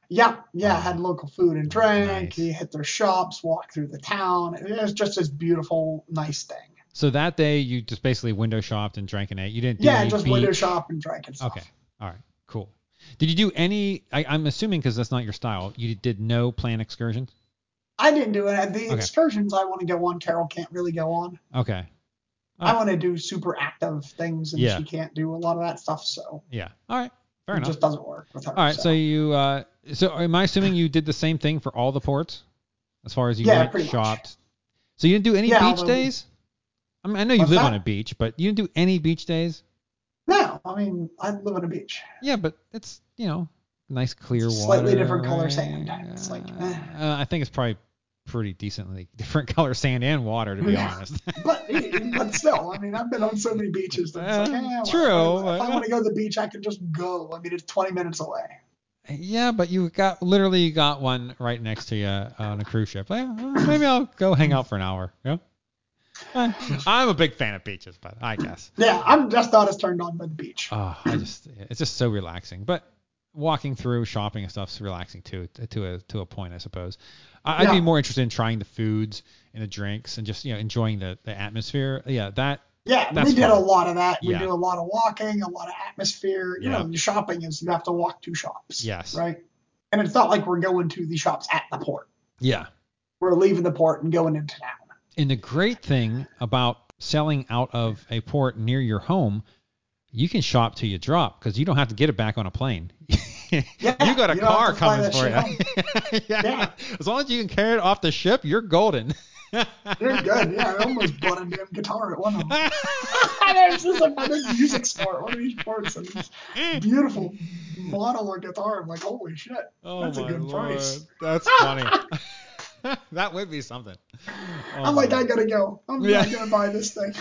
[SPEAKER 3] Yeah, yeah.
[SPEAKER 2] Oh.
[SPEAKER 3] Had local food and drink.
[SPEAKER 2] Nice.
[SPEAKER 3] You hit their shops, walk through the town. It was just this beautiful, nice thing.
[SPEAKER 2] So that day you just basically window shopped and drank and ate. You didn't do
[SPEAKER 3] Yeah,
[SPEAKER 2] any
[SPEAKER 3] just
[SPEAKER 2] beach.
[SPEAKER 3] window shop and drink and stuff.
[SPEAKER 2] Okay. All right. Cool. Did you do any? I, I'm assuming because that's not your style. You did no planned excursions.
[SPEAKER 3] I didn't do it. The
[SPEAKER 2] Okay.
[SPEAKER 3] excursions I want to go on, Carol can't really go on.
[SPEAKER 2] Okay.
[SPEAKER 3] I
[SPEAKER 2] Oh.
[SPEAKER 3] want to do super active things, and
[SPEAKER 2] Yeah.
[SPEAKER 3] she can't do a lot of that stuff, so
[SPEAKER 2] Yeah. All right. Fair
[SPEAKER 3] it
[SPEAKER 2] enough.
[SPEAKER 3] just doesn't work with her.
[SPEAKER 2] All right. So, you. Uh, so am I assuming you did the same thing for all the ports, as far as you
[SPEAKER 3] Yeah,
[SPEAKER 2] went
[SPEAKER 3] pretty much.
[SPEAKER 2] shopped? So you didn't do any
[SPEAKER 3] Yeah,
[SPEAKER 2] beach
[SPEAKER 3] although-
[SPEAKER 2] days? I mean, I know you
[SPEAKER 3] What's
[SPEAKER 2] live
[SPEAKER 3] that?
[SPEAKER 2] on a beach, but you didn't do any beach days.
[SPEAKER 3] no, I mean I live on a beach.
[SPEAKER 2] Yeah, but it's you know nice clear water.
[SPEAKER 3] Slightly different color
[SPEAKER 2] right?
[SPEAKER 3] sand. It's like, eh.
[SPEAKER 2] uh, I think it's probably pretty decently different color sand and water to be
[SPEAKER 3] Yeah.
[SPEAKER 2] honest.
[SPEAKER 3] But but still, I mean I've been on so many beaches that it's like,
[SPEAKER 2] Well,
[SPEAKER 3] eh, well,
[SPEAKER 2] true,
[SPEAKER 3] If
[SPEAKER 2] but-
[SPEAKER 3] I want to go to the beach, I can just go. I mean it's 20 minutes away.
[SPEAKER 2] Yeah, but you got literally you got one right next to you uh, on a cruise ship. Like, "Oh, maybe I'll go hang out for an hour. Yeah. Eh, I'm a big fan of beaches, but I guess.
[SPEAKER 3] Yeah, I'm just not as turned on by the beach.
[SPEAKER 2] Oh, I just it's just so relaxing. But walking through shopping and stuff's relaxing too to a to a point, I suppose. I, I'd be
[SPEAKER 3] Yeah.
[SPEAKER 2] more interested in trying the foods and the drinks and just you know enjoying the the atmosphere. Yeah, that
[SPEAKER 3] Yeah,
[SPEAKER 2] That's
[SPEAKER 3] we did a
[SPEAKER 2] fun.
[SPEAKER 3] lot of that.
[SPEAKER 2] Yeah.
[SPEAKER 3] We do a lot of walking, a lot of atmosphere. You
[SPEAKER 2] Yeah.
[SPEAKER 3] know, shopping is you have to walk two shops.
[SPEAKER 2] Yes.
[SPEAKER 3] Right. And it's not like we're going to the shops at the port.
[SPEAKER 2] yeah.
[SPEAKER 3] We're leaving the port and going into town.
[SPEAKER 2] And the great thing about selling out of a port near your home, you can shop till you drop because you don't have to get it back on a plane. you got a
[SPEAKER 3] you don't
[SPEAKER 2] car
[SPEAKER 3] have to fly
[SPEAKER 2] coming
[SPEAKER 3] that
[SPEAKER 2] for you.
[SPEAKER 3] shit
[SPEAKER 2] yeah.
[SPEAKER 3] Yeah.
[SPEAKER 2] As long as you can carry it off the ship, you're golden.
[SPEAKER 3] You're good. Yeah, I almost bought a damn guitar at one of them. I was just like, my big music store, one of these ports, and this
[SPEAKER 2] Hmm.
[SPEAKER 3] beautiful model of guitar. I'm like, holy shit.
[SPEAKER 2] oh
[SPEAKER 3] That's a
[SPEAKER 2] my
[SPEAKER 3] good
[SPEAKER 2] lord.
[SPEAKER 3] price.
[SPEAKER 2] That's funny. that would be something. Oh
[SPEAKER 3] I'm
[SPEAKER 2] my
[SPEAKER 3] like, I gotta go. I'm
[SPEAKER 2] Yeah.
[SPEAKER 3] not gonna buy this thing.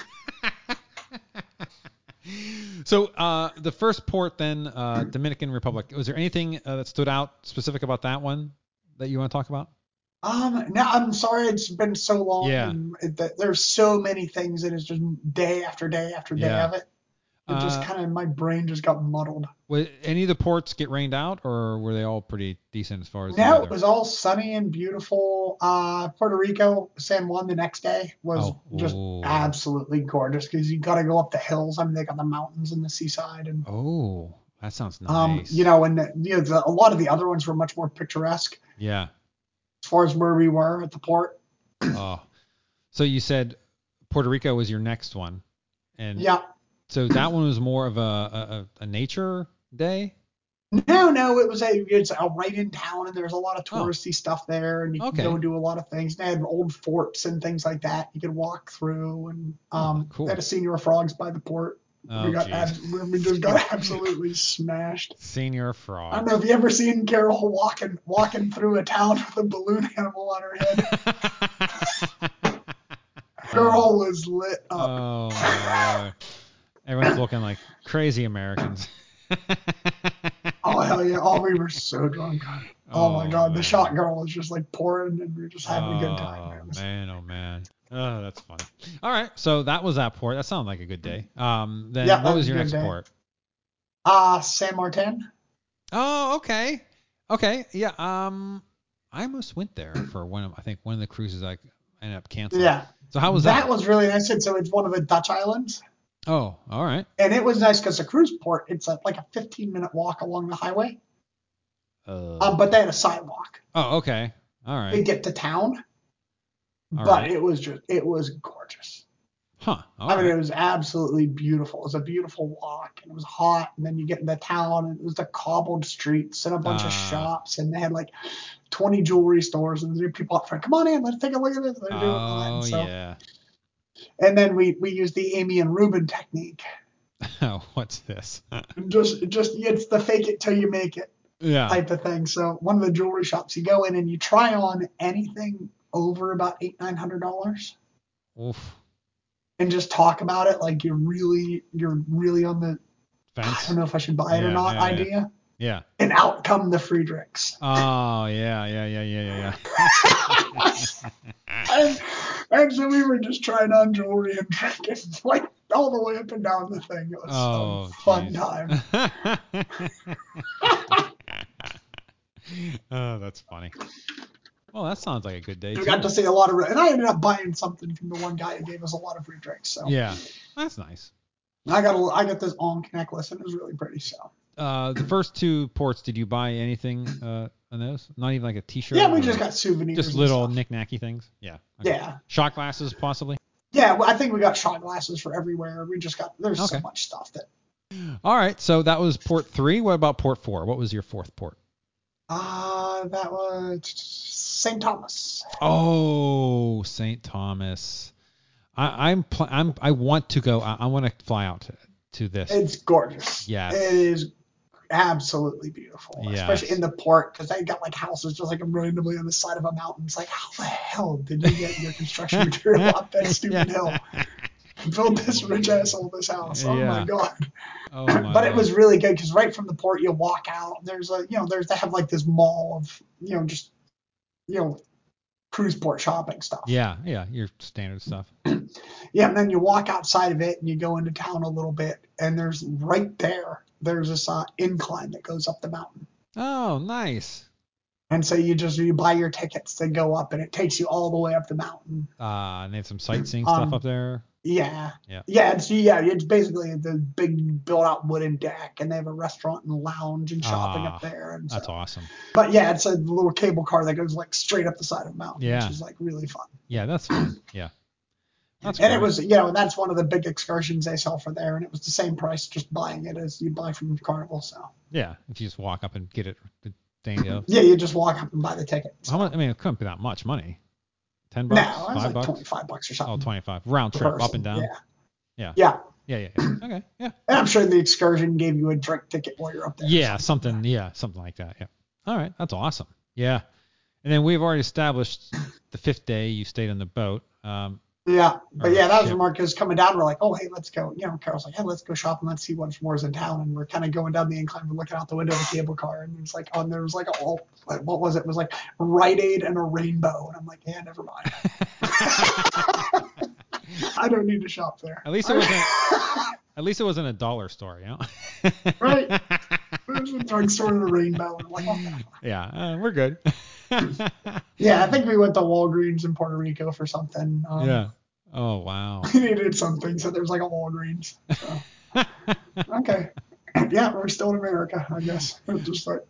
[SPEAKER 2] so uh, the first port then uh, dominican republic was there anything uh, that stood out specific about that one that you want to talk about
[SPEAKER 3] Um, no, I'm sorry it's been so long.
[SPEAKER 2] Yeah.
[SPEAKER 3] and it- that there's so many things, and it's just day after day after day
[SPEAKER 2] Yeah.
[SPEAKER 3] of it. It just
[SPEAKER 2] Uh,
[SPEAKER 3] kind of my brain just got muddled.
[SPEAKER 2] Wa- any of the ports get rained out or were they all pretty decent as far as the
[SPEAKER 3] Now
[SPEAKER 2] weather?
[SPEAKER 3] it was all sunny and beautiful. Uh, Puerto Rico, San Juan the next day was
[SPEAKER 2] Oh,
[SPEAKER 3] just
[SPEAKER 2] ooh.
[SPEAKER 3] absolutely gorgeous because you got to go up the hills. I mean, they got the mountains and the seaside, and
[SPEAKER 2] oh that sounds nice
[SPEAKER 3] um, you know, and the, you know, the, a lot of the other ones were much more picturesque
[SPEAKER 2] yeah
[SPEAKER 3] as far as where we were at the port.
[SPEAKER 2] oh so you said puerto rico was your next one and
[SPEAKER 3] Yeah.
[SPEAKER 2] so that one was more of a, a, a- a nature day
[SPEAKER 3] No, no, it was a it's a right in town, and there's a lot of
[SPEAKER 2] Oh.
[SPEAKER 3] touristy stuff there, and you
[SPEAKER 2] Okay.
[SPEAKER 3] can go and do a lot of things. They had old forts and things like that you could walk through, and
[SPEAKER 2] Oh,
[SPEAKER 3] um,
[SPEAKER 2] cool.
[SPEAKER 3] they had a senior frogs by the port.
[SPEAKER 2] Oh,
[SPEAKER 3] we got
[SPEAKER 2] geez.
[SPEAKER 3] ab- we just got absolutely smashed.
[SPEAKER 2] Senior
[SPEAKER 3] I don't
[SPEAKER 2] fraud.
[SPEAKER 3] know if you ever seen Carol walking walking through a town with a balloon animal on her head. Carol was lit up.
[SPEAKER 2] oh, my Lord. Everyone's looking like crazy Americans.
[SPEAKER 3] oh hell yeah! Oh, we were so drunk. Oh, my god, the shot girl was just like pouring, and we were just having a good time. It
[SPEAKER 2] Oh
[SPEAKER 3] was-
[SPEAKER 2] man, oh man. Oh, that's funny. All right, so that was that port. That sounded like a good day. Um, then
[SPEAKER 3] Yeah, that
[SPEAKER 2] what was
[SPEAKER 3] was a
[SPEAKER 2] your
[SPEAKER 3] good
[SPEAKER 2] next
[SPEAKER 3] day.
[SPEAKER 2] port?
[SPEAKER 3] Ah, San Martin.
[SPEAKER 2] Oh, okay, okay, yeah. Um, I almost went there for one of I think one of the cruises I ended up canceling.
[SPEAKER 3] Yeah,
[SPEAKER 2] So how was
[SPEAKER 3] that?
[SPEAKER 2] that?
[SPEAKER 3] was really nice. And so it's one of the Dutch islands,
[SPEAKER 2] oh, all right.
[SPEAKER 3] and it was nice because the cruise port. It's a, like a 15 minute walk along the highway,
[SPEAKER 2] Uh,
[SPEAKER 3] um, but they had a sidewalk
[SPEAKER 2] oh, okay, all
[SPEAKER 3] to
[SPEAKER 2] right.
[SPEAKER 3] get to town.
[SPEAKER 2] All
[SPEAKER 3] but
[SPEAKER 2] right.
[SPEAKER 3] it was just it was gorgeous.
[SPEAKER 2] Huh. All
[SPEAKER 3] I mean,
[SPEAKER 2] right.
[SPEAKER 3] it was absolutely beautiful. It was a beautiful walk, and it was hot. And then you get into town, and it was the cobbled streets and a bunch
[SPEAKER 2] Ah.
[SPEAKER 3] of shops, and they had like 20 jewelry stores, and there were people out front. Come on in, let's take a look at this. They're doing all that.
[SPEAKER 2] Oh
[SPEAKER 3] And, so,
[SPEAKER 2] yeah.
[SPEAKER 3] and then we we used the Amy and Reuben technique.
[SPEAKER 2] Oh, what's this?
[SPEAKER 3] And just just it's the fake it till you make it
[SPEAKER 2] yeah.
[SPEAKER 3] type of thing. So one of the jewelry shops, you go in and you try on anything over about eight nine hundred dollars.
[SPEAKER 2] Oof.
[SPEAKER 3] And just talk about it like you're really you're really on the I
[SPEAKER 2] Fence.
[SPEAKER 3] don't know if I should buy it
[SPEAKER 2] Yeah,
[SPEAKER 3] or not
[SPEAKER 2] yeah, yeah.
[SPEAKER 3] idea.
[SPEAKER 2] Yeah.
[SPEAKER 3] And out come the free drinks.
[SPEAKER 2] Oh yeah, yeah, yeah, yeah, yeah, yeah.
[SPEAKER 3] And, and so we were just trying on jewelry and drinking like all the way up and down the thing. It was
[SPEAKER 2] Oh,
[SPEAKER 3] a fun
[SPEAKER 2] geez.
[SPEAKER 3] time.
[SPEAKER 2] oh, that's funny. Well, that sounds like a good day.
[SPEAKER 3] We
[SPEAKER 2] too.
[SPEAKER 3] got to see a lot of, and I ended up buying something from the one guy who gave us a lot of free drinks. So
[SPEAKER 2] yeah, that's nice.
[SPEAKER 3] I got a, I got this Onk necklace and it was really pretty. So
[SPEAKER 2] Uh, the first two ports, did you buy anything uh, on those? Not even like a T-shirt.
[SPEAKER 3] yeah, we
[SPEAKER 2] or
[SPEAKER 3] just got souvenirs.
[SPEAKER 2] just
[SPEAKER 3] and
[SPEAKER 2] little
[SPEAKER 3] stuff.
[SPEAKER 2] knick-knacky things. Yeah.
[SPEAKER 3] Yeah,
[SPEAKER 2] Shot glasses, possibly.
[SPEAKER 3] yeah. Well, I think we got shot glasses for everywhere. We just got there's
[SPEAKER 2] Okay.
[SPEAKER 3] so much stuff that
[SPEAKER 2] All right, so that was port three. What about port four? What was your fourth port?
[SPEAKER 3] uh that was St. Thomas.
[SPEAKER 2] Oh, St. Thomas. I, I'm, pl- I'm, I want to go. I, I want to fly out to, to this.
[SPEAKER 3] It's gorgeous.
[SPEAKER 2] Yes.
[SPEAKER 3] It is absolutely beautiful,
[SPEAKER 2] Yes.
[SPEAKER 3] especially in the port because they got like houses just like randomly on the side of a mountain. It's like, how the hell did you get your construction material up that stupid hill? Build this rich asshole this house. Oh
[SPEAKER 2] Yeah.
[SPEAKER 3] my god.
[SPEAKER 2] Oh my
[SPEAKER 3] but it
[SPEAKER 2] God.
[SPEAKER 3] was really good because right from the port you walk out and there's a you know there's they have like this mall of you know just you know cruise port shopping stuff
[SPEAKER 2] Yeah, yeah, your standard stuff.
[SPEAKER 3] yeah and then you walk outside of it and you go into town a little bit and there's right there there's this uh, incline that goes up the mountain
[SPEAKER 2] Oh, nice.
[SPEAKER 3] and so you just you buy your tickets to go up and it takes you all the way up the mountain
[SPEAKER 2] Uh, and they have some sightseeing stuff
[SPEAKER 3] Um,
[SPEAKER 2] up there.
[SPEAKER 3] yeah
[SPEAKER 2] Yeah.
[SPEAKER 3] yeah it's yeah it's basically the big built out wooden deck and they have a restaurant and lounge and shopping
[SPEAKER 2] Ah,
[SPEAKER 3] up there and
[SPEAKER 2] That's
[SPEAKER 3] so-
[SPEAKER 2] awesome.
[SPEAKER 3] But yeah, it's a little cable car that goes like straight up the side of a mountain,
[SPEAKER 2] Yeah.
[SPEAKER 3] which is like really fun.
[SPEAKER 2] Yeah, that's fun. Yeah, that's
[SPEAKER 3] and it
[SPEAKER 2] cool.
[SPEAKER 3] was, you know, that's one of the big excursions they sell for there, and it was the same price just buying it as you buy from Carnival. So
[SPEAKER 2] yeah. If you just walk up and get it, the thing. you know.
[SPEAKER 3] yeah, you just walk up and buy the ticket.
[SPEAKER 2] How much? I mean, it couldn't be that much money. Ten
[SPEAKER 3] No,
[SPEAKER 2] bucks,
[SPEAKER 3] it was
[SPEAKER 2] five
[SPEAKER 3] like
[SPEAKER 2] bucks.
[SPEAKER 3] twenty-five bucks or
[SPEAKER 2] Oh,
[SPEAKER 3] something.
[SPEAKER 2] 25. round
[SPEAKER 3] per
[SPEAKER 2] trip, up
[SPEAKER 3] person.
[SPEAKER 2] and down.
[SPEAKER 3] Yeah.
[SPEAKER 2] Yeah.
[SPEAKER 3] yeah,
[SPEAKER 2] Yeah, yeah, yeah. Okay, yeah,
[SPEAKER 3] and I'm sure the excursion gave you a drink ticket while you're up there.
[SPEAKER 2] yeah, something, yeah, something like that. Yeah. All right, that's awesome. Yeah. And then we've already established the fifth day you stayed on the boat. Um,
[SPEAKER 3] yeah. But
[SPEAKER 2] Or
[SPEAKER 3] yeah, that was
[SPEAKER 2] ship.
[SPEAKER 3] remarkable. Because coming down, we're like, oh hey, let's go. You know, Carol's like, hey, let's go shopping. Let's see what more's in town. And we're kind of going down the incline. We're looking out the window of the cable car, and it's like, oh, and there was like, oh, like, what was it? It was like Rite Aid and a rainbow. And I'm like, yeah, never mind. I don't need to shop there.
[SPEAKER 2] At least it wasn't. At least it wasn't a dollar store, you know.
[SPEAKER 3] Right. There's a drugstore and a rainbow. And I'm like, oh,
[SPEAKER 2] yeah, uh, we're good.
[SPEAKER 3] yeah, I think we went to Walgreens in Puerto Rico for something. Um,
[SPEAKER 2] yeah. Oh wow.
[SPEAKER 3] We needed something, so there's like a Walgreens. Okay. Yeah, we're still in America, I guess. It was just like,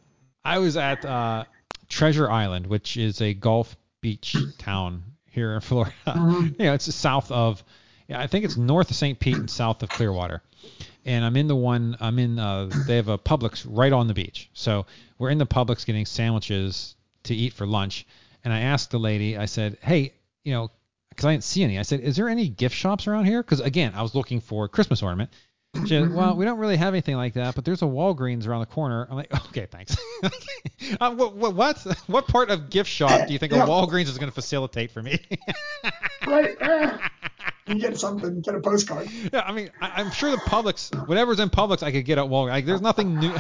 [SPEAKER 2] I was at uh, Treasure Island, which is a Gulf Beach town here in Florida.
[SPEAKER 3] Mhm.
[SPEAKER 2] you know, it's south of, yeah, I think it's north of St. Pete and south of Clearwater. And I'm in the one, I'm in, uh, they have a Publix right on the beach. So we're in the Publix getting sandwiches to eat for lunch. And I asked the lady, I said, hey, you know, because I didn't see any. I said, is there any gift shops around here? Because again, I was looking for a Christmas ornament. She- well, we don't really have anything like that, but there's a Walgreens around the corner. I'm like, okay, thanks. uh, what, what, what? What part of gift shop do you think a
[SPEAKER 3] Yeah.
[SPEAKER 2] Walgreens is going to facilitate for me?
[SPEAKER 3] right? eh. You get something, get a postcard.
[SPEAKER 2] yeah, I mean, I, I'm sure the Publix, whatever's in Publix, I could get at Walgreens. Like, there's nothing new.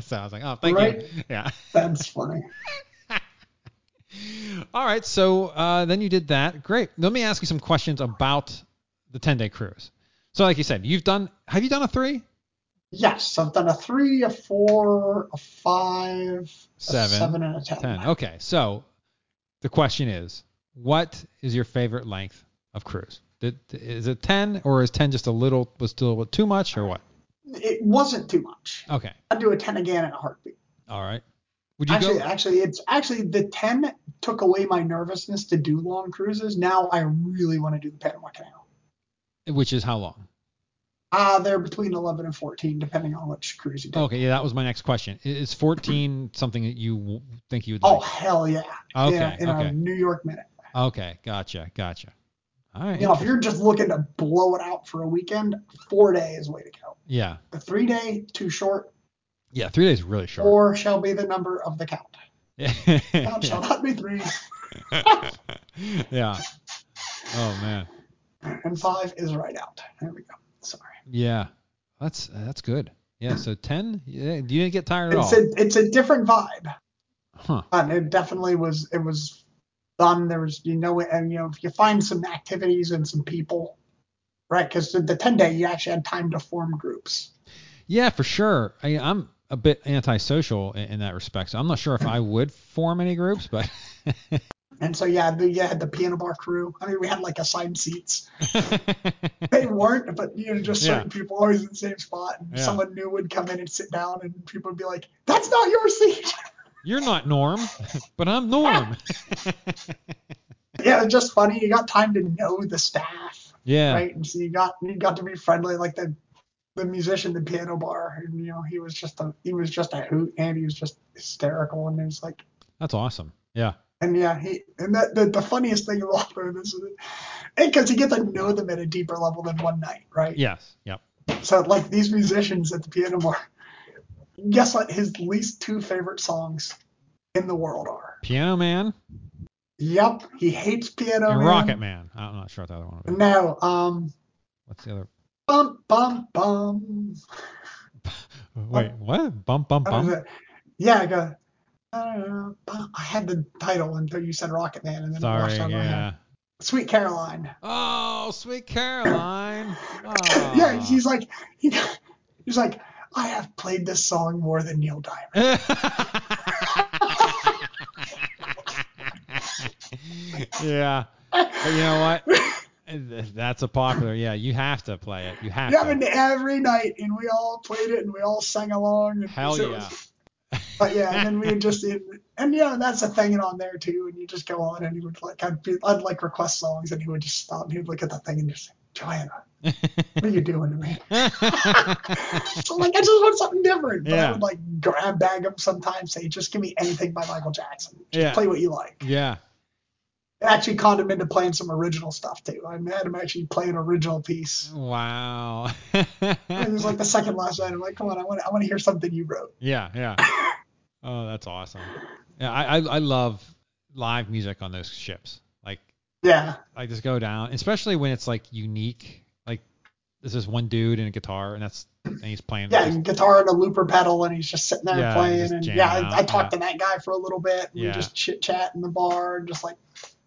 [SPEAKER 2] so I was like, oh, thank
[SPEAKER 3] Right.
[SPEAKER 2] you. Yeah.
[SPEAKER 3] That's funny.
[SPEAKER 2] All right, so uh, then you did that. Great. Let me ask you some questions about the 10 day cruise. So, like you said, you've done. Have you done a three?
[SPEAKER 3] Yes, I've done a three, a four, a five,
[SPEAKER 2] Seven.
[SPEAKER 3] a seven, and a ten.
[SPEAKER 2] 10. Okay, so the question is, what is your favorite length of cruise? Did- Is it 10 or is 10 just a little was still too much or what?
[SPEAKER 3] It wasn't too much.
[SPEAKER 2] Okay.
[SPEAKER 3] I'd do a ten again in a heartbeat.
[SPEAKER 2] All right. Would you
[SPEAKER 3] Actually,
[SPEAKER 2] go
[SPEAKER 3] actually, it's actually the ten took away my nervousness to do long cruises. Now I really want to do the Panama Canal.
[SPEAKER 2] which is how long?
[SPEAKER 3] Ah, they're between eleven and fourteen, depending on which cruise you do.
[SPEAKER 2] Okay, yeah, that was my next question. I- Is 14 something that you w- think you would
[SPEAKER 3] Oh
[SPEAKER 2] like?
[SPEAKER 3] hell yeah!
[SPEAKER 2] okay.
[SPEAKER 3] in a, in
[SPEAKER 2] okay.
[SPEAKER 3] a New York minute.
[SPEAKER 2] Okay, gotcha. Gotcha. All right.
[SPEAKER 3] You know, if you're just looking to blow it out for a weekend, four days way to go.
[SPEAKER 2] yeah.
[SPEAKER 3] A three day too short,
[SPEAKER 2] Yeah, 3 days is really short.
[SPEAKER 3] four shall be the number of the count. Count shall
[SPEAKER 2] yeah.
[SPEAKER 3] not be three,
[SPEAKER 2] yeah. Oh man.
[SPEAKER 3] and five is right out. There we go. Sorry.
[SPEAKER 2] Yeah, that's that's good. Yeah, so ten. Yeah, you didn't get tired at all,
[SPEAKER 3] It's a it's a different vibe.
[SPEAKER 2] huh?
[SPEAKER 3] And it definitely was it was fun. There was you know and you know if you find some activities and some people, right? Because the, the ten day you actually had time to form groups.
[SPEAKER 2] Yeah, for sure. I, I'm a bit antisocial in, in that respect, so I'm not sure if I would form any groups, but
[SPEAKER 3] And so yeah, the, you had the piano bar crew. I mean, we had like assigned seats. they weren't, but you know, just certain people always in the same spot. And
[SPEAKER 2] Yeah.
[SPEAKER 3] Someone new would come in and sit down, and people would be like, "That's not your seat."
[SPEAKER 2] you're not Norm, but I'm Norm.
[SPEAKER 3] yeah, it's just funny. You got time to know the staff,
[SPEAKER 2] yeah,
[SPEAKER 3] right? And so you got you got to be friendly, like the the musician, the piano bar, and you know, he was just a he was just a hoot, and he was just hysterical, and it was like.
[SPEAKER 2] that's awesome. Yeah,
[SPEAKER 3] And yeah, he and that the, the funniest thing of all of this is, because you get to know them at a deeper level than one night, right?
[SPEAKER 2] yes, yep.
[SPEAKER 3] So like these musicians at the piano bar, guess what his least two favorite songs in the world are?
[SPEAKER 2] Piano Man
[SPEAKER 3] Yep, he hates piano.
[SPEAKER 2] and
[SPEAKER 3] man.
[SPEAKER 2] Rocket Man. I'm not sure what the other one. Would be.
[SPEAKER 3] No, um,
[SPEAKER 2] What's the other?
[SPEAKER 3] bum bum bum.
[SPEAKER 2] Wait, what? Bump, bump,
[SPEAKER 3] How does
[SPEAKER 2] bump.
[SPEAKER 3] it- Oh. Yeah, I go. uh, bum. I had the title until you said Rocket Man, and then it
[SPEAKER 2] Sorry.
[SPEAKER 3] rushed out of my head.
[SPEAKER 2] Yeah.
[SPEAKER 3] Sweet Caroline.
[SPEAKER 2] Oh, sweet Caroline.
[SPEAKER 3] Yeah,
[SPEAKER 2] Aw.
[SPEAKER 3] he's like, he, he's like, I have played this song more than Neil Diamond.
[SPEAKER 2] yeah. But you know what? Th- That's a popular. Yeah, you have to play it. You have
[SPEAKER 3] Yeah,
[SPEAKER 2] to.
[SPEAKER 3] and every night, and we all played it, and we all sang along. and
[SPEAKER 2] Hell
[SPEAKER 3] so it
[SPEAKER 2] yeah.
[SPEAKER 3] But yeah, and then we would just and you know that's a thing on there too. And you just go on and he would like I'd, be, I'd like request songs and he would just stop and he'd look at that thing and just say, Joanna, what are you doing to me? So like I just want something different. But
[SPEAKER 2] Yeah.
[SPEAKER 3] I would like grab bag him sometimes, say just give me anything by Michael Jackson. Just
[SPEAKER 2] Yeah.
[SPEAKER 3] play what you like.
[SPEAKER 2] yeah.
[SPEAKER 3] It actually conned him into playing some original stuff too. I had him actually play an original piece.
[SPEAKER 2] Wow.
[SPEAKER 3] And it was like the second last night. I'm like, come on, I want I want to hear something you wrote.
[SPEAKER 2] Yeah, yeah. Oh, that's awesome. Yeah, I, I I love live music on those ships. Like
[SPEAKER 3] Yeah.
[SPEAKER 2] like just go down, especially when it's like unique. Like there's this one dude and a guitar, and that's and he's playing.
[SPEAKER 3] Yeah,
[SPEAKER 2] just-
[SPEAKER 3] and guitar and a looper pedal, and he's just sitting there
[SPEAKER 2] Yeah,
[SPEAKER 3] playing.
[SPEAKER 2] just
[SPEAKER 3] And
[SPEAKER 2] jamming
[SPEAKER 3] yeah, I, I
[SPEAKER 2] out,
[SPEAKER 3] talked to that guy for a little bit. And
[SPEAKER 2] Yeah.
[SPEAKER 3] We just chit chat in the bar, and just like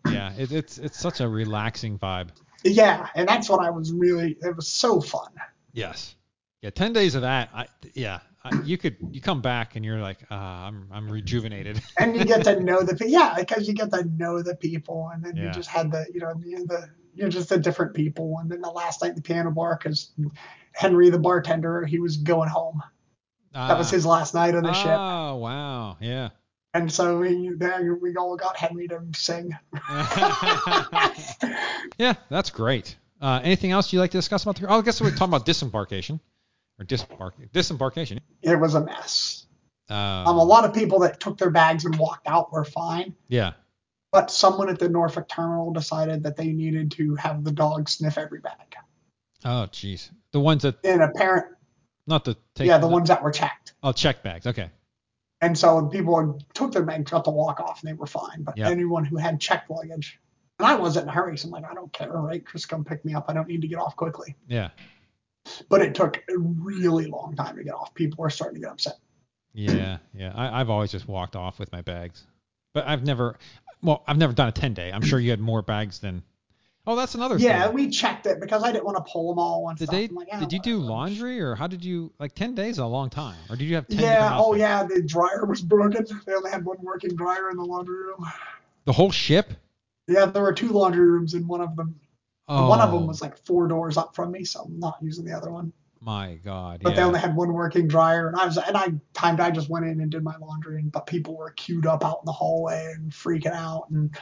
[SPEAKER 2] yeah. It, it's it's such a relaxing vibe.
[SPEAKER 3] yeah, and that's what I was really. It was so fun.
[SPEAKER 2] Yes. Yeah, ten days of that. I yeah. I, you could you come back and you're like, ah, I'm I'm rejuvenated.
[SPEAKER 3] And you get to know the pe- yeah, because you get to know the people, and then
[SPEAKER 2] Yeah.
[SPEAKER 3] you just had the you know the, the you know just the different people, and then the last night at the piano bar because Henry the bartender he was going home. That was his last night on the ship,
[SPEAKER 2] Ah, Oh wow, yeah.
[SPEAKER 3] and so we there we all got Henry to sing.
[SPEAKER 2] yeah, that's great. Uh, anything else you'd like to discuss about the? Oh, I guess we're talking about disembarkation or disembark disembarkation.
[SPEAKER 3] It was a mess.
[SPEAKER 2] Uh,
[SPEAKER 3] Um, a lot of people that took their bags and walked out were fine,
[SPEAKER 2] Yeah.
[SPEAKER 3] but someone at the Norfolk terminal decided that they needed to have the dog sniff every bag.
[SPEAKER 2] Oh, jeez. The ones that
[SPEAKER 3] in a parent.
[SPEAKER 2] not the take,
[SPEAKER 3] yeah, the ones that were checked.
[SPEAKER 2] Oh, check bags. Okay.
[SPEAKER 3] And so people took their bags, got to walk off, and they were fine. But
[SPEAKER 2] Yeah.
[SPEAKER 3] anyone who had checked luggage, and I wasn't in a hurry, so I'm like, I don't care, right? Just come pick me up. I don't need to get off quickly.
[SPEAKER 2] Yeah.
[SPEAKER 3] But it took a really long time to get off. People were starting to get upset.
[SPEAKER 2] Yeah. Yeah. I, I've always just walked off with my bags, but I've never. Well, I've never done a 10 day. I'm sure you had more bags than. Oh, that's another
[SPEAKER 3] Yeah,
[SPEAKER 2] thing.
[SPEAKER 3] we checked it because I didn't want to pull them all once.
[SPEAKER 2] Did
[SPEAKER 3] off.
[SPEAKER 2] they?
[SPEAKER 3] I'm like, "Ah,
[SPEAKER 2] Did you do
[SPEAKER 3] whatever."
[SPEAKER 2] laundry or how did you like 10 days? Is a long time. Or did you have 10?
[SPEAKER 3] Yeah.
[SPEAKER 2] different
[SPEAKER 3] Oh,
[SPEAKER 2] outfits?
[SPEAKER 3] yeah. The dryer was broken. They only had one working dryer in the laundry room.
[SPEAKER 2] The whole ship.
[SPEAKER 3] Yeah, there were two laundry rooms in one of them.
[SPEAKER 2] Oh,
[SPEAKER 3] One of them was like four doors up from me, so I'm not using the other one.
[SPEAKER 2] My God.
[SPEAKER 3] But
[SPEAKER 2] yeah.
[SPEAKER 3] they only had one working dryer, and I was and I timed. I just went in and did my laundry, and but people were queued up out in the hallway and freaking out, and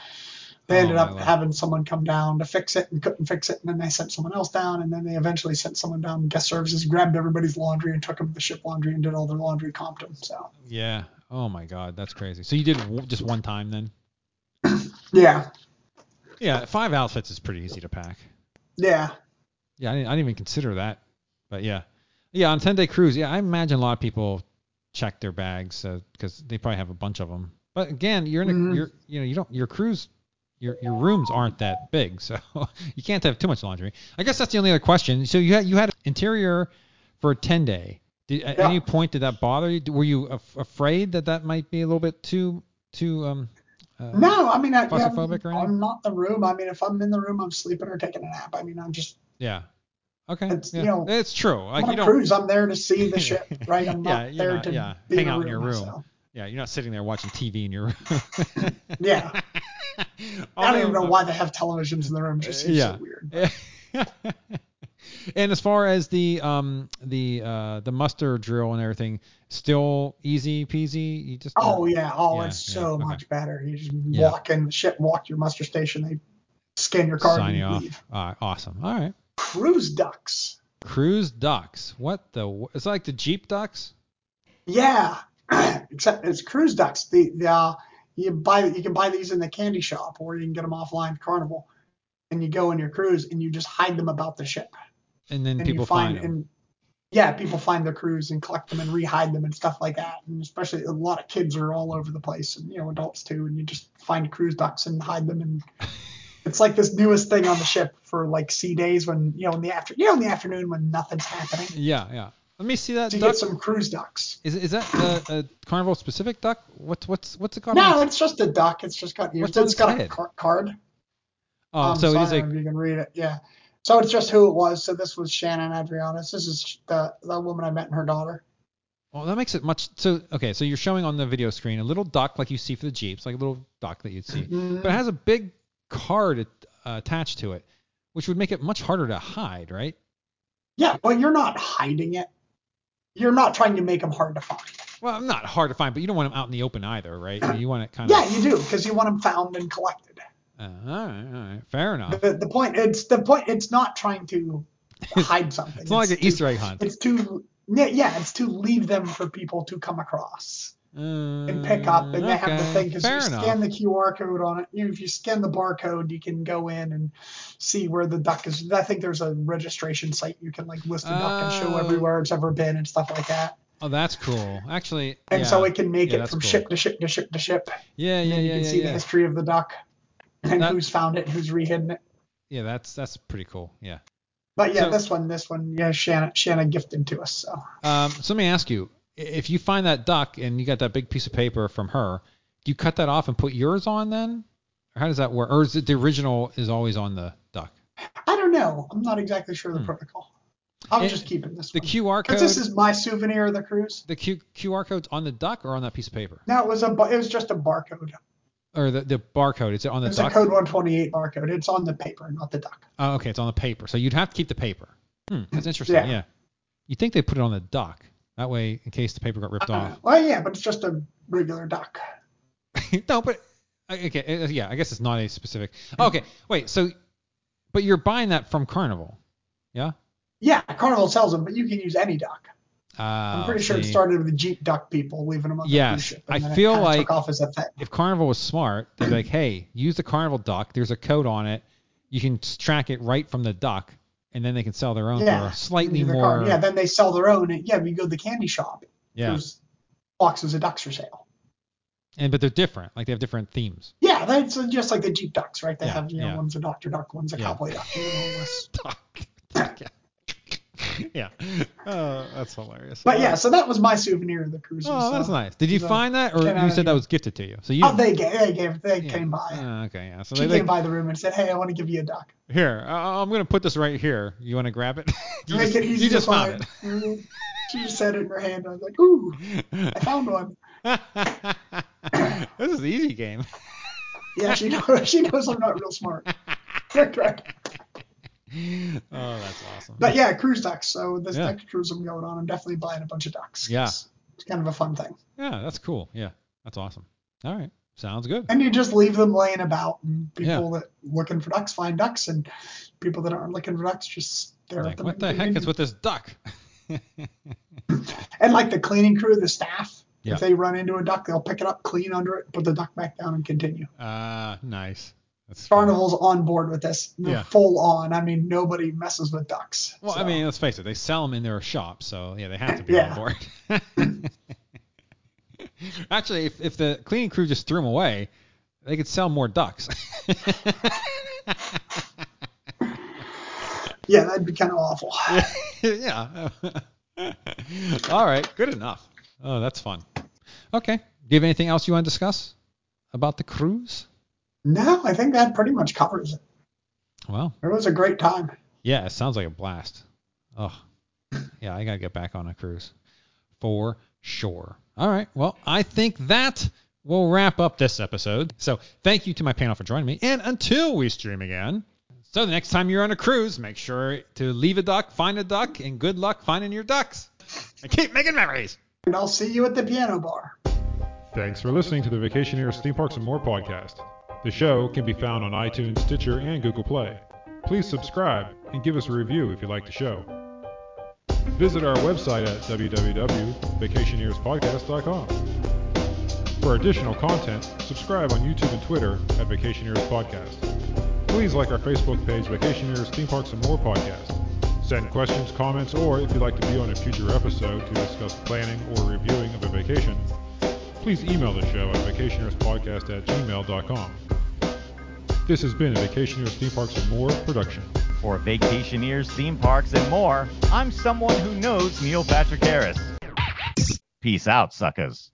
[SPEAKER 3] they
[SPEAKER 2] Oh,
[SPEAKER 3] ended
[SPEAKER 2] my
[SPEAKER 3] up
[SPEAKER 2] Lord.
[SPEAKER 3] having someone come down to fix it and couldn't fix it, and then they sent someone else down, and then they eventually sent someone down. Guest services grabbed everybody's laundry and took them to the ship laundry and did all their laundry, comped them. So
[SPEAKER 2] Yeah. Oh my God, that's crazy. So you did w- just one time then?
[SPEAKER 3] yeah,
[SPEAKER 2] Yeah, five outfits is pretty easy to pack.
[SPEAKER 3] yeah,
[SPEAKER 2] Yeah, I didn't, I didn't even consider that, but yeah, yeah, on ten day cruise, yeah, I imagine a lot of people check their bags because they probably have a bunch of them. But again, you're in a,
[SPEAKER 3] Mhm.
[SPEAKER 2] you're, you know, you don't your cruise, your your rooms aren't that big, so you can't have too much laundry. I guess that's the only other question. So you had you had interior for a ten day. Did, At
[SPEAKER 3] Yeah.
[SPEAKER 2] any point did that bother you? Were you af- afraid that that might be a little bit too too um? Uh,
[SPEAKER 3] No, I mean, I, yeah,
[SPEAKER 2] Claustrophobic or anything?
[SPEAKER 3] I'm not in the room. I mean, if I'm in the room, I'm sleeping or taking a nap. I mean, I'm just
[SPEAKER 2] Yeah. Okay.
[SPEAKER 3] It's,
[SPEAKER 2] yeah.
[SPEAKER 3] you know,
[SPEAKER 2] it's true. Like
[SPEAKER 3] on
[SPEAKER 2] you
[SPEAKER 3] a
[SPEAKER 2] don't.
[SPEAKER 3] cruise. I'm there to see the ship, right? I'm
[SPEAKER 2] Yeah,
[SPEAKER 3] not
[SPEAKER 2] you're
[SPEAKER 3] there
[SPEAKER 2] not-
[SPEAKER 3] to
[SPEAKER 2] yeah,
[SPEAKER 3] be
[SPEAKER 2] hang
[SPEAKER 3] in a
[SPEAKER 2] out in your room.
[SPEAKER 3] so.
[SPEAKER 2] Yeah, you're not sitting there watching TV in your room.
[SPEAKER 3] Yeah, I
[SPEAKER 2] Although-
[SPEAKER 3] don't even know why they have televisions in the room. It just
[SPEAKER 2] Uh,
[SPEAKER 3] seems
[SPEAKER 2] yeah.
[SPEAKER 3] so weird.
[SPEAKER 2] and as far as the um the uh the muster drill and everything, still easy peasy. You just
[SPEAKER 3] Oh yeah, oh,
[SPEAKER 2] Yeah,
[SPEAKER 3] it's
[SPEAKER 2] yeah,
[SPEAKER 3] so
[SPEAKER 2] okay.
[SPEAKER 3] much better. You just
[SPEAKER 2] Yeah.
[SPEAKER 3] walk in the ship, walk to your muster station, they scan your card
[SPEAKER 2] sign
[SPEAKER 3] and
[SPEAKER 2] you
[SPEAKER 3] you
[SPEAKER 2] off.
[SPEAKER 3] leave.
[SPEAKER 2] All right, awesome. All right,
[SPEAKER 3] Cruise ducks.
[SPEAKER 2] cruise ducks. What the? wh- It's like the Jeep ducks.
[SPEAKER 3] Yeah, except it's cruise ducks. The the uh, you buy you can buy these in the candy shop or you can get them offline at Carnival, and you go on your cruise and you just hide them about the ship.
[SPEAKER 2] And then
[SPEAKER 3] and
[SPEAKER 2] people
[SPEAKER 3] you find,
[SPEAKER 2] find, them.
[SPEAKER 3] and yeah, people find their crews and collect them and rehide them and stuff like that. And especially a lot of kids are all over the place, and you know adults too. And you just find cruise ducks and hide them, and it's like this newest thing on the ship for like sea days when you know in the after you know in the afternoon when nothing's happening.
[SPEAKER 2] Yeah, yeah. Let me see that
[SPEAKER 3] So you
[SPEAKER 2] duck.
[SPEAKER 3] get some cruise ducks.
[SPEAKER 2] Is, is that a, a carnival specific duck? What's what's what's it called?
[SPEAKER 3] No, it's just a duck. It's just got ears.
[SPEAKER 2] What's on
[SPEAKER 3] It's
[SPEAKER 2] its
[SPEAKER 3] got a
[SPEAKER 2] head?
[SPEAKER 3] car- card.
[SPEAKER 2] oh,
[SPEAKER 3] um,
[SPEAKER 2] so
[SPEAKER 3] so
[SPEAKER 2] it
[SPEAKER 3] I
[SPEAKER 2] is
[SPEAKER 3] don't
[SPEAKER 2] a
[SPEAKER 3] know if you can read it. Yeah. So it's just who it was. So this was Shannon Adrianis. This is the the woman I met and her daughter.
[SPEAKER 2] Well, that makes it much. So okay, so you're showing on the video screen a little duck like you see for the jeeps, like a little duck that you'd see,
[SPEAKER 3] Mhm.
[SPEAKER 2] but it has a big card at, uh, attached to it, which would make it much harder to hide, right?
[SPEAKER 3] Yeah, but you're not hiding it. You're not trying to make them hard to find.
[SPEAKER 2] Well, not hard to find, but you don't want them out in the open either, right? I mean, you want it kind of.
[SPEAKER 3] Yeah, you do because you want them found and collected.
[SPEAKER 2] Uh, all right, all right, fair enough.
[SPEAKER 3] The, the point it's the point it's not trying to hide something.
[SPEAKER 2] It's not like an
[SPEAKER 3] to-
[SPEAKER 2] Easter egg hunt.
[SPEAKER 3] It's to yeah, yeah, it's to leave them for people to come across and
[SPEAKER 2] And
[SPEAKER 3] pick up, and they have the thing because
[SPEAKER 2] Uh, fair
[SPEAKER 3] you
[SPEAKER 2] enough.
[SPEAKER 3] scan the QR code on it. You, if you scan the barcode, you can go in and see where the duck is. I think there's a registration site you can like list a duck and show
[SPEAKER 2] Oh.
[SPEAKER 3] everywhere it's ever been and stuff like that.
[SPEAKER 2] oh, that's cool. Actually,
[SPEAKER 3] And
[SPEAKER 2] yeah,
[SPEAKER 3] so it can make
[SPEAKER 2] Yeah,
[SPEAKER 3] it
[SPEAKER 2] that's
[SPEAKER 3] from
[SPEAKER 2] cool.
[SPEAKER 3] ship to ship to ship to ship.
[SPEAKER 2] yeah,
[SPEAKER 3] And
[SPEAKER 2] yeah,
[SPEAKER 3] then
[SPEAKER 2] yeah,
[SPEAKER 3] you can
[SPEAKER 2] yeah,
[SPEAKER 3] see the
[SPEAKER 2] yeah.
[SPEAKER 3] history of the duck and
[SPEAKER 2] That-
[SPEAKER 3] who's found it, who's rehidden it.
[SPEAKER 2] yeah, that's that's pretty cool. Yeah.
[SPEAKER 3] But yeah,
[SPEAKER 2] So-
[SPEAKER 3] this one, this one, yeah, Shanna, Shanna gifted to us. So
[SPEAKER 2] Um, so let me ask you: i- if you find that duck and you got that big piece of paper from her, do you cut that off and put yours on then, or how does that work? Or is it the original is always on the duck?
[SPEAKER 3] I don't know. I'm not exactly sure of the
[SPEAKER 2] Hmm.
[SPEAKER 3] protocol. I'm
[SPEAKER 2] It-
[SPEAKER 3] just keeping this
[SPEAKER 2] The
[SPEAKER 3] one.
[SPEAKER 2] QR
[SPEAKER 3] 'Cause
[SPEAKER 2] code,
[SPEAKER 3] Um, this is my souvenir of the cruise.
[SPEAKER 2] the Q, QR code's on the duck or on that piece of paper,
[SPEAKER 3] No, it was a, bu- it was just a barcode.
[SPEAKER 2] or the, the barcode? Is it on the
[SPEAKER 3] It's a
[SPEAKER 2] duck?
[SPEAKER 3] code 128 barcode. It's on the paper, not the duck.
[SPEAKER 2] Oh, okay, it's on the paper. So you'd have to keep the paper. Hmm, that's interesting. Yeah.
[SPEAKER 3] Yeah.
[SPEAKER 2] You think they put it on the duck? That way, in case the paper got ripped off.
[SPEAKER 3] Well, yeah, but it's just a regular duck. Uh-uh.
[SPEAKER 2] no, but okay, uh, yeah, I guess it's not a specific.
[SPEAKER 3] Hmm.
[SPEAKER 2] Okay, wait. So, but you're buying that from Carnival, yeah?
[SPEAKER 3] Yeah, Carnival sells them, but you can use any duck.
[SPEAKER 2] Uh,
[SPEAKER 3] I'm pretty sure it
[SPEAKER 2] see.
[SPEAKER 3] started with the Jeep duck people leaving them on the
[SPEAKER 2] Yes,
[SPEAKER 3] cruise ship.
[SPEAKER 2] I
[SPEAKER 3] then it
[SPEAKER 2] feel
[SPEAKER 3] kinda
[SPEAKER 2] like-
[SPEAKER 3] took off as a thing.
[SPEAKER 2] If Carnival was smart, they'd be like, "Hey, use the Carnival duck. There's a code on it. You can s- track it right from the duck, and then they can sell their own
[SPEAKER 3] Yeah,
[SPEAKER 2] for slightly
[SPEAKER 3] Their
[SPEAKER 2] more.
[SPEAKER 3] card. Yeah, then they sell their own. Yeah, we go to the candy shop.
[SPEAKER 2] yeah.
[SPEAKER 3] There's boxes of ducks for sale.
[SPEAKER 2] and but they're different. Like they have different themes.
[SPEAKER 3] Yeah, that's just like the Jeep ducks, right? They
[SPEAKER 2] Yeah,
[SPEAKER 3] have, you know,
[SPEAKER 2] yeah.
[SPEAKER 3] one's a Dr. Duck, one's a
[SPEAKER 2] Yeah.
[SPEAKER 3] cowboy duck. you know, all this.
[SPEAKER 2] yeah, oh, that's hilarious.
[SPEAKER 3] But yeah, so that was my souvenir of the cruise.
[SPEAKER 2] Oh,
[SPEAKER 3] was,
[SPEAKER 2] that's
[SPEAKER 3] uh,
[SPEAKER 2] nice. Did you
[SPEAKER 3] the-
[SPEAKER 2] find that, or
[SPEAKER 3] Came out
[SPEAKER 2] you
[SPEAKER 3] of
[SPEAKER 2] said that
[SPEAKER 3] your-
[SPEAKER 2] was gifted to you? So you
[SPEAKER 3] Oh, they gave, they gave, they
[SPEAKER 2] yeah.
[SPEAKER 3] came by.
[SPEAKER 2] Ah, okay, yeah. So
[SPEAKER 3] she
[SPEAKER 2] they, they
[SPEAKER 3] came by the room and said, "Hey, I want to give you a duck."
[SPEAKER 2] here. I, I'm gonna put this right here. You want to grab it? you
[SPEAKER 3] Make
[SPEAKER 2] just,
[SPEAKER 3] it easy
[SPEAKER 2] you
[SPEAKER 3] to
[SPEAKER 2] just found it.
[SPEAKER 3] find. Mhm. she just had it in her hand. I was like, "Ooh, I found one."
[SPEAKER 2] this is the easy game.
[SPEAKER 3] Yeah, she knows. She knows I'm not real smart. Correct.
[SPEAKER 2] Oh, that's awesome.
[SPEAKER 3] But yeah, cruise ducks. So this
[SPEAKER 2] Yeah.
[SPEAKER 3] next cruise I'm going on, I'm definitely buying a bunch of ducks.
[SPEAKER 2] Yeah.
[SPEAKER 3] It's it's kind of a fun thing.
[SPEAKER 2] yeah, that's cool. Yeah, that's awesome. All right, sounds good.
[SPEAKER 3] And you just leave them laying about, and
[SPEAKER 2] Yeah.
[SPEAKER 3] people that looking for ducks find ducks, and people that aren't looking for ducks just stare at
[SPEAKER 2] Like,
[SPEAKER 3] them.
[SPEAKER 2] what the heck is with this duck?
[SPEAKER 3] And like the cleaning crew, the staff,
[SPEAKER 2] Yeah.
[SPEAKER 3] if they run into a duck, they'll pick it up, clean under it, put the duck back down, and continue.
[SPEAKER 2] Ah, nice. That's fun.
[SPEAKER 3] Carnival's on board with this. They're
[SPEAKER 2] Yeah.
[SPEAKER 3] Full on. I mean, nobody messes with ducks.
[SPEAKER 2] Well, I
[SPEAKER 3] So,
[SPEAKER 2] mean, let's face it, they sell them in their shop, so yeah, they have to be
[SPEAKER 3] Yeah.
[SPEAKER 2] on board. Actually, if, if the cleaning crew just threw them away, they could sell more ducks.
[SPEAKER 3] yeah, that'd be kind of awful.
[SPEAKER 2] yeah. All right, good enough. Oh, that's fun. Okay. Do you have anything else you want to discuss about the cruise?
[SPEAKER 3] No, I think that pretty much covers it.
[SPEAKER 2] Well,
[SPEAKER 3] It was a great time.
[SPEAKER 2] yeah, it sounds like a blast. Oh, yeah, I got to get back on a cruise for sure. All right. Well, I think that will wrap up this episode. So thank you to my panel for joining me. And until we stream again, so the next time you're on a cruise, make sure to leave a duck, find a duck, and good luck finding your ducks. And keep making memories.
[SPEAKER 3] And I'll see you at the piano bar.
[SPEAKER 1] Thanks for listening to the Vacationers, Theme Parks, and More podcast. The show can be found on iTunes, Stitcher, and Google Play. Please subscribe and give us a review if you like the show. Visit our website at www.vacationerspodcast.com. For additional content, subscribe on YouTube and Twitter at Vacationers Podcast. Please like our Facebook page, Vacationers, Theme Parks, and More podcast. Send questions, comments, or if you'd like to be on a future episode to discuss planning or reviewing of a vacation, please email the show at vacationerspodcast at gmail.com. This has been a Vacationers Theme Parks and More production.
[SPEAKER 4] For vacationers, theme parks, and more, I'm someone who knows Neil Patrick Harris. Peace out, suckers.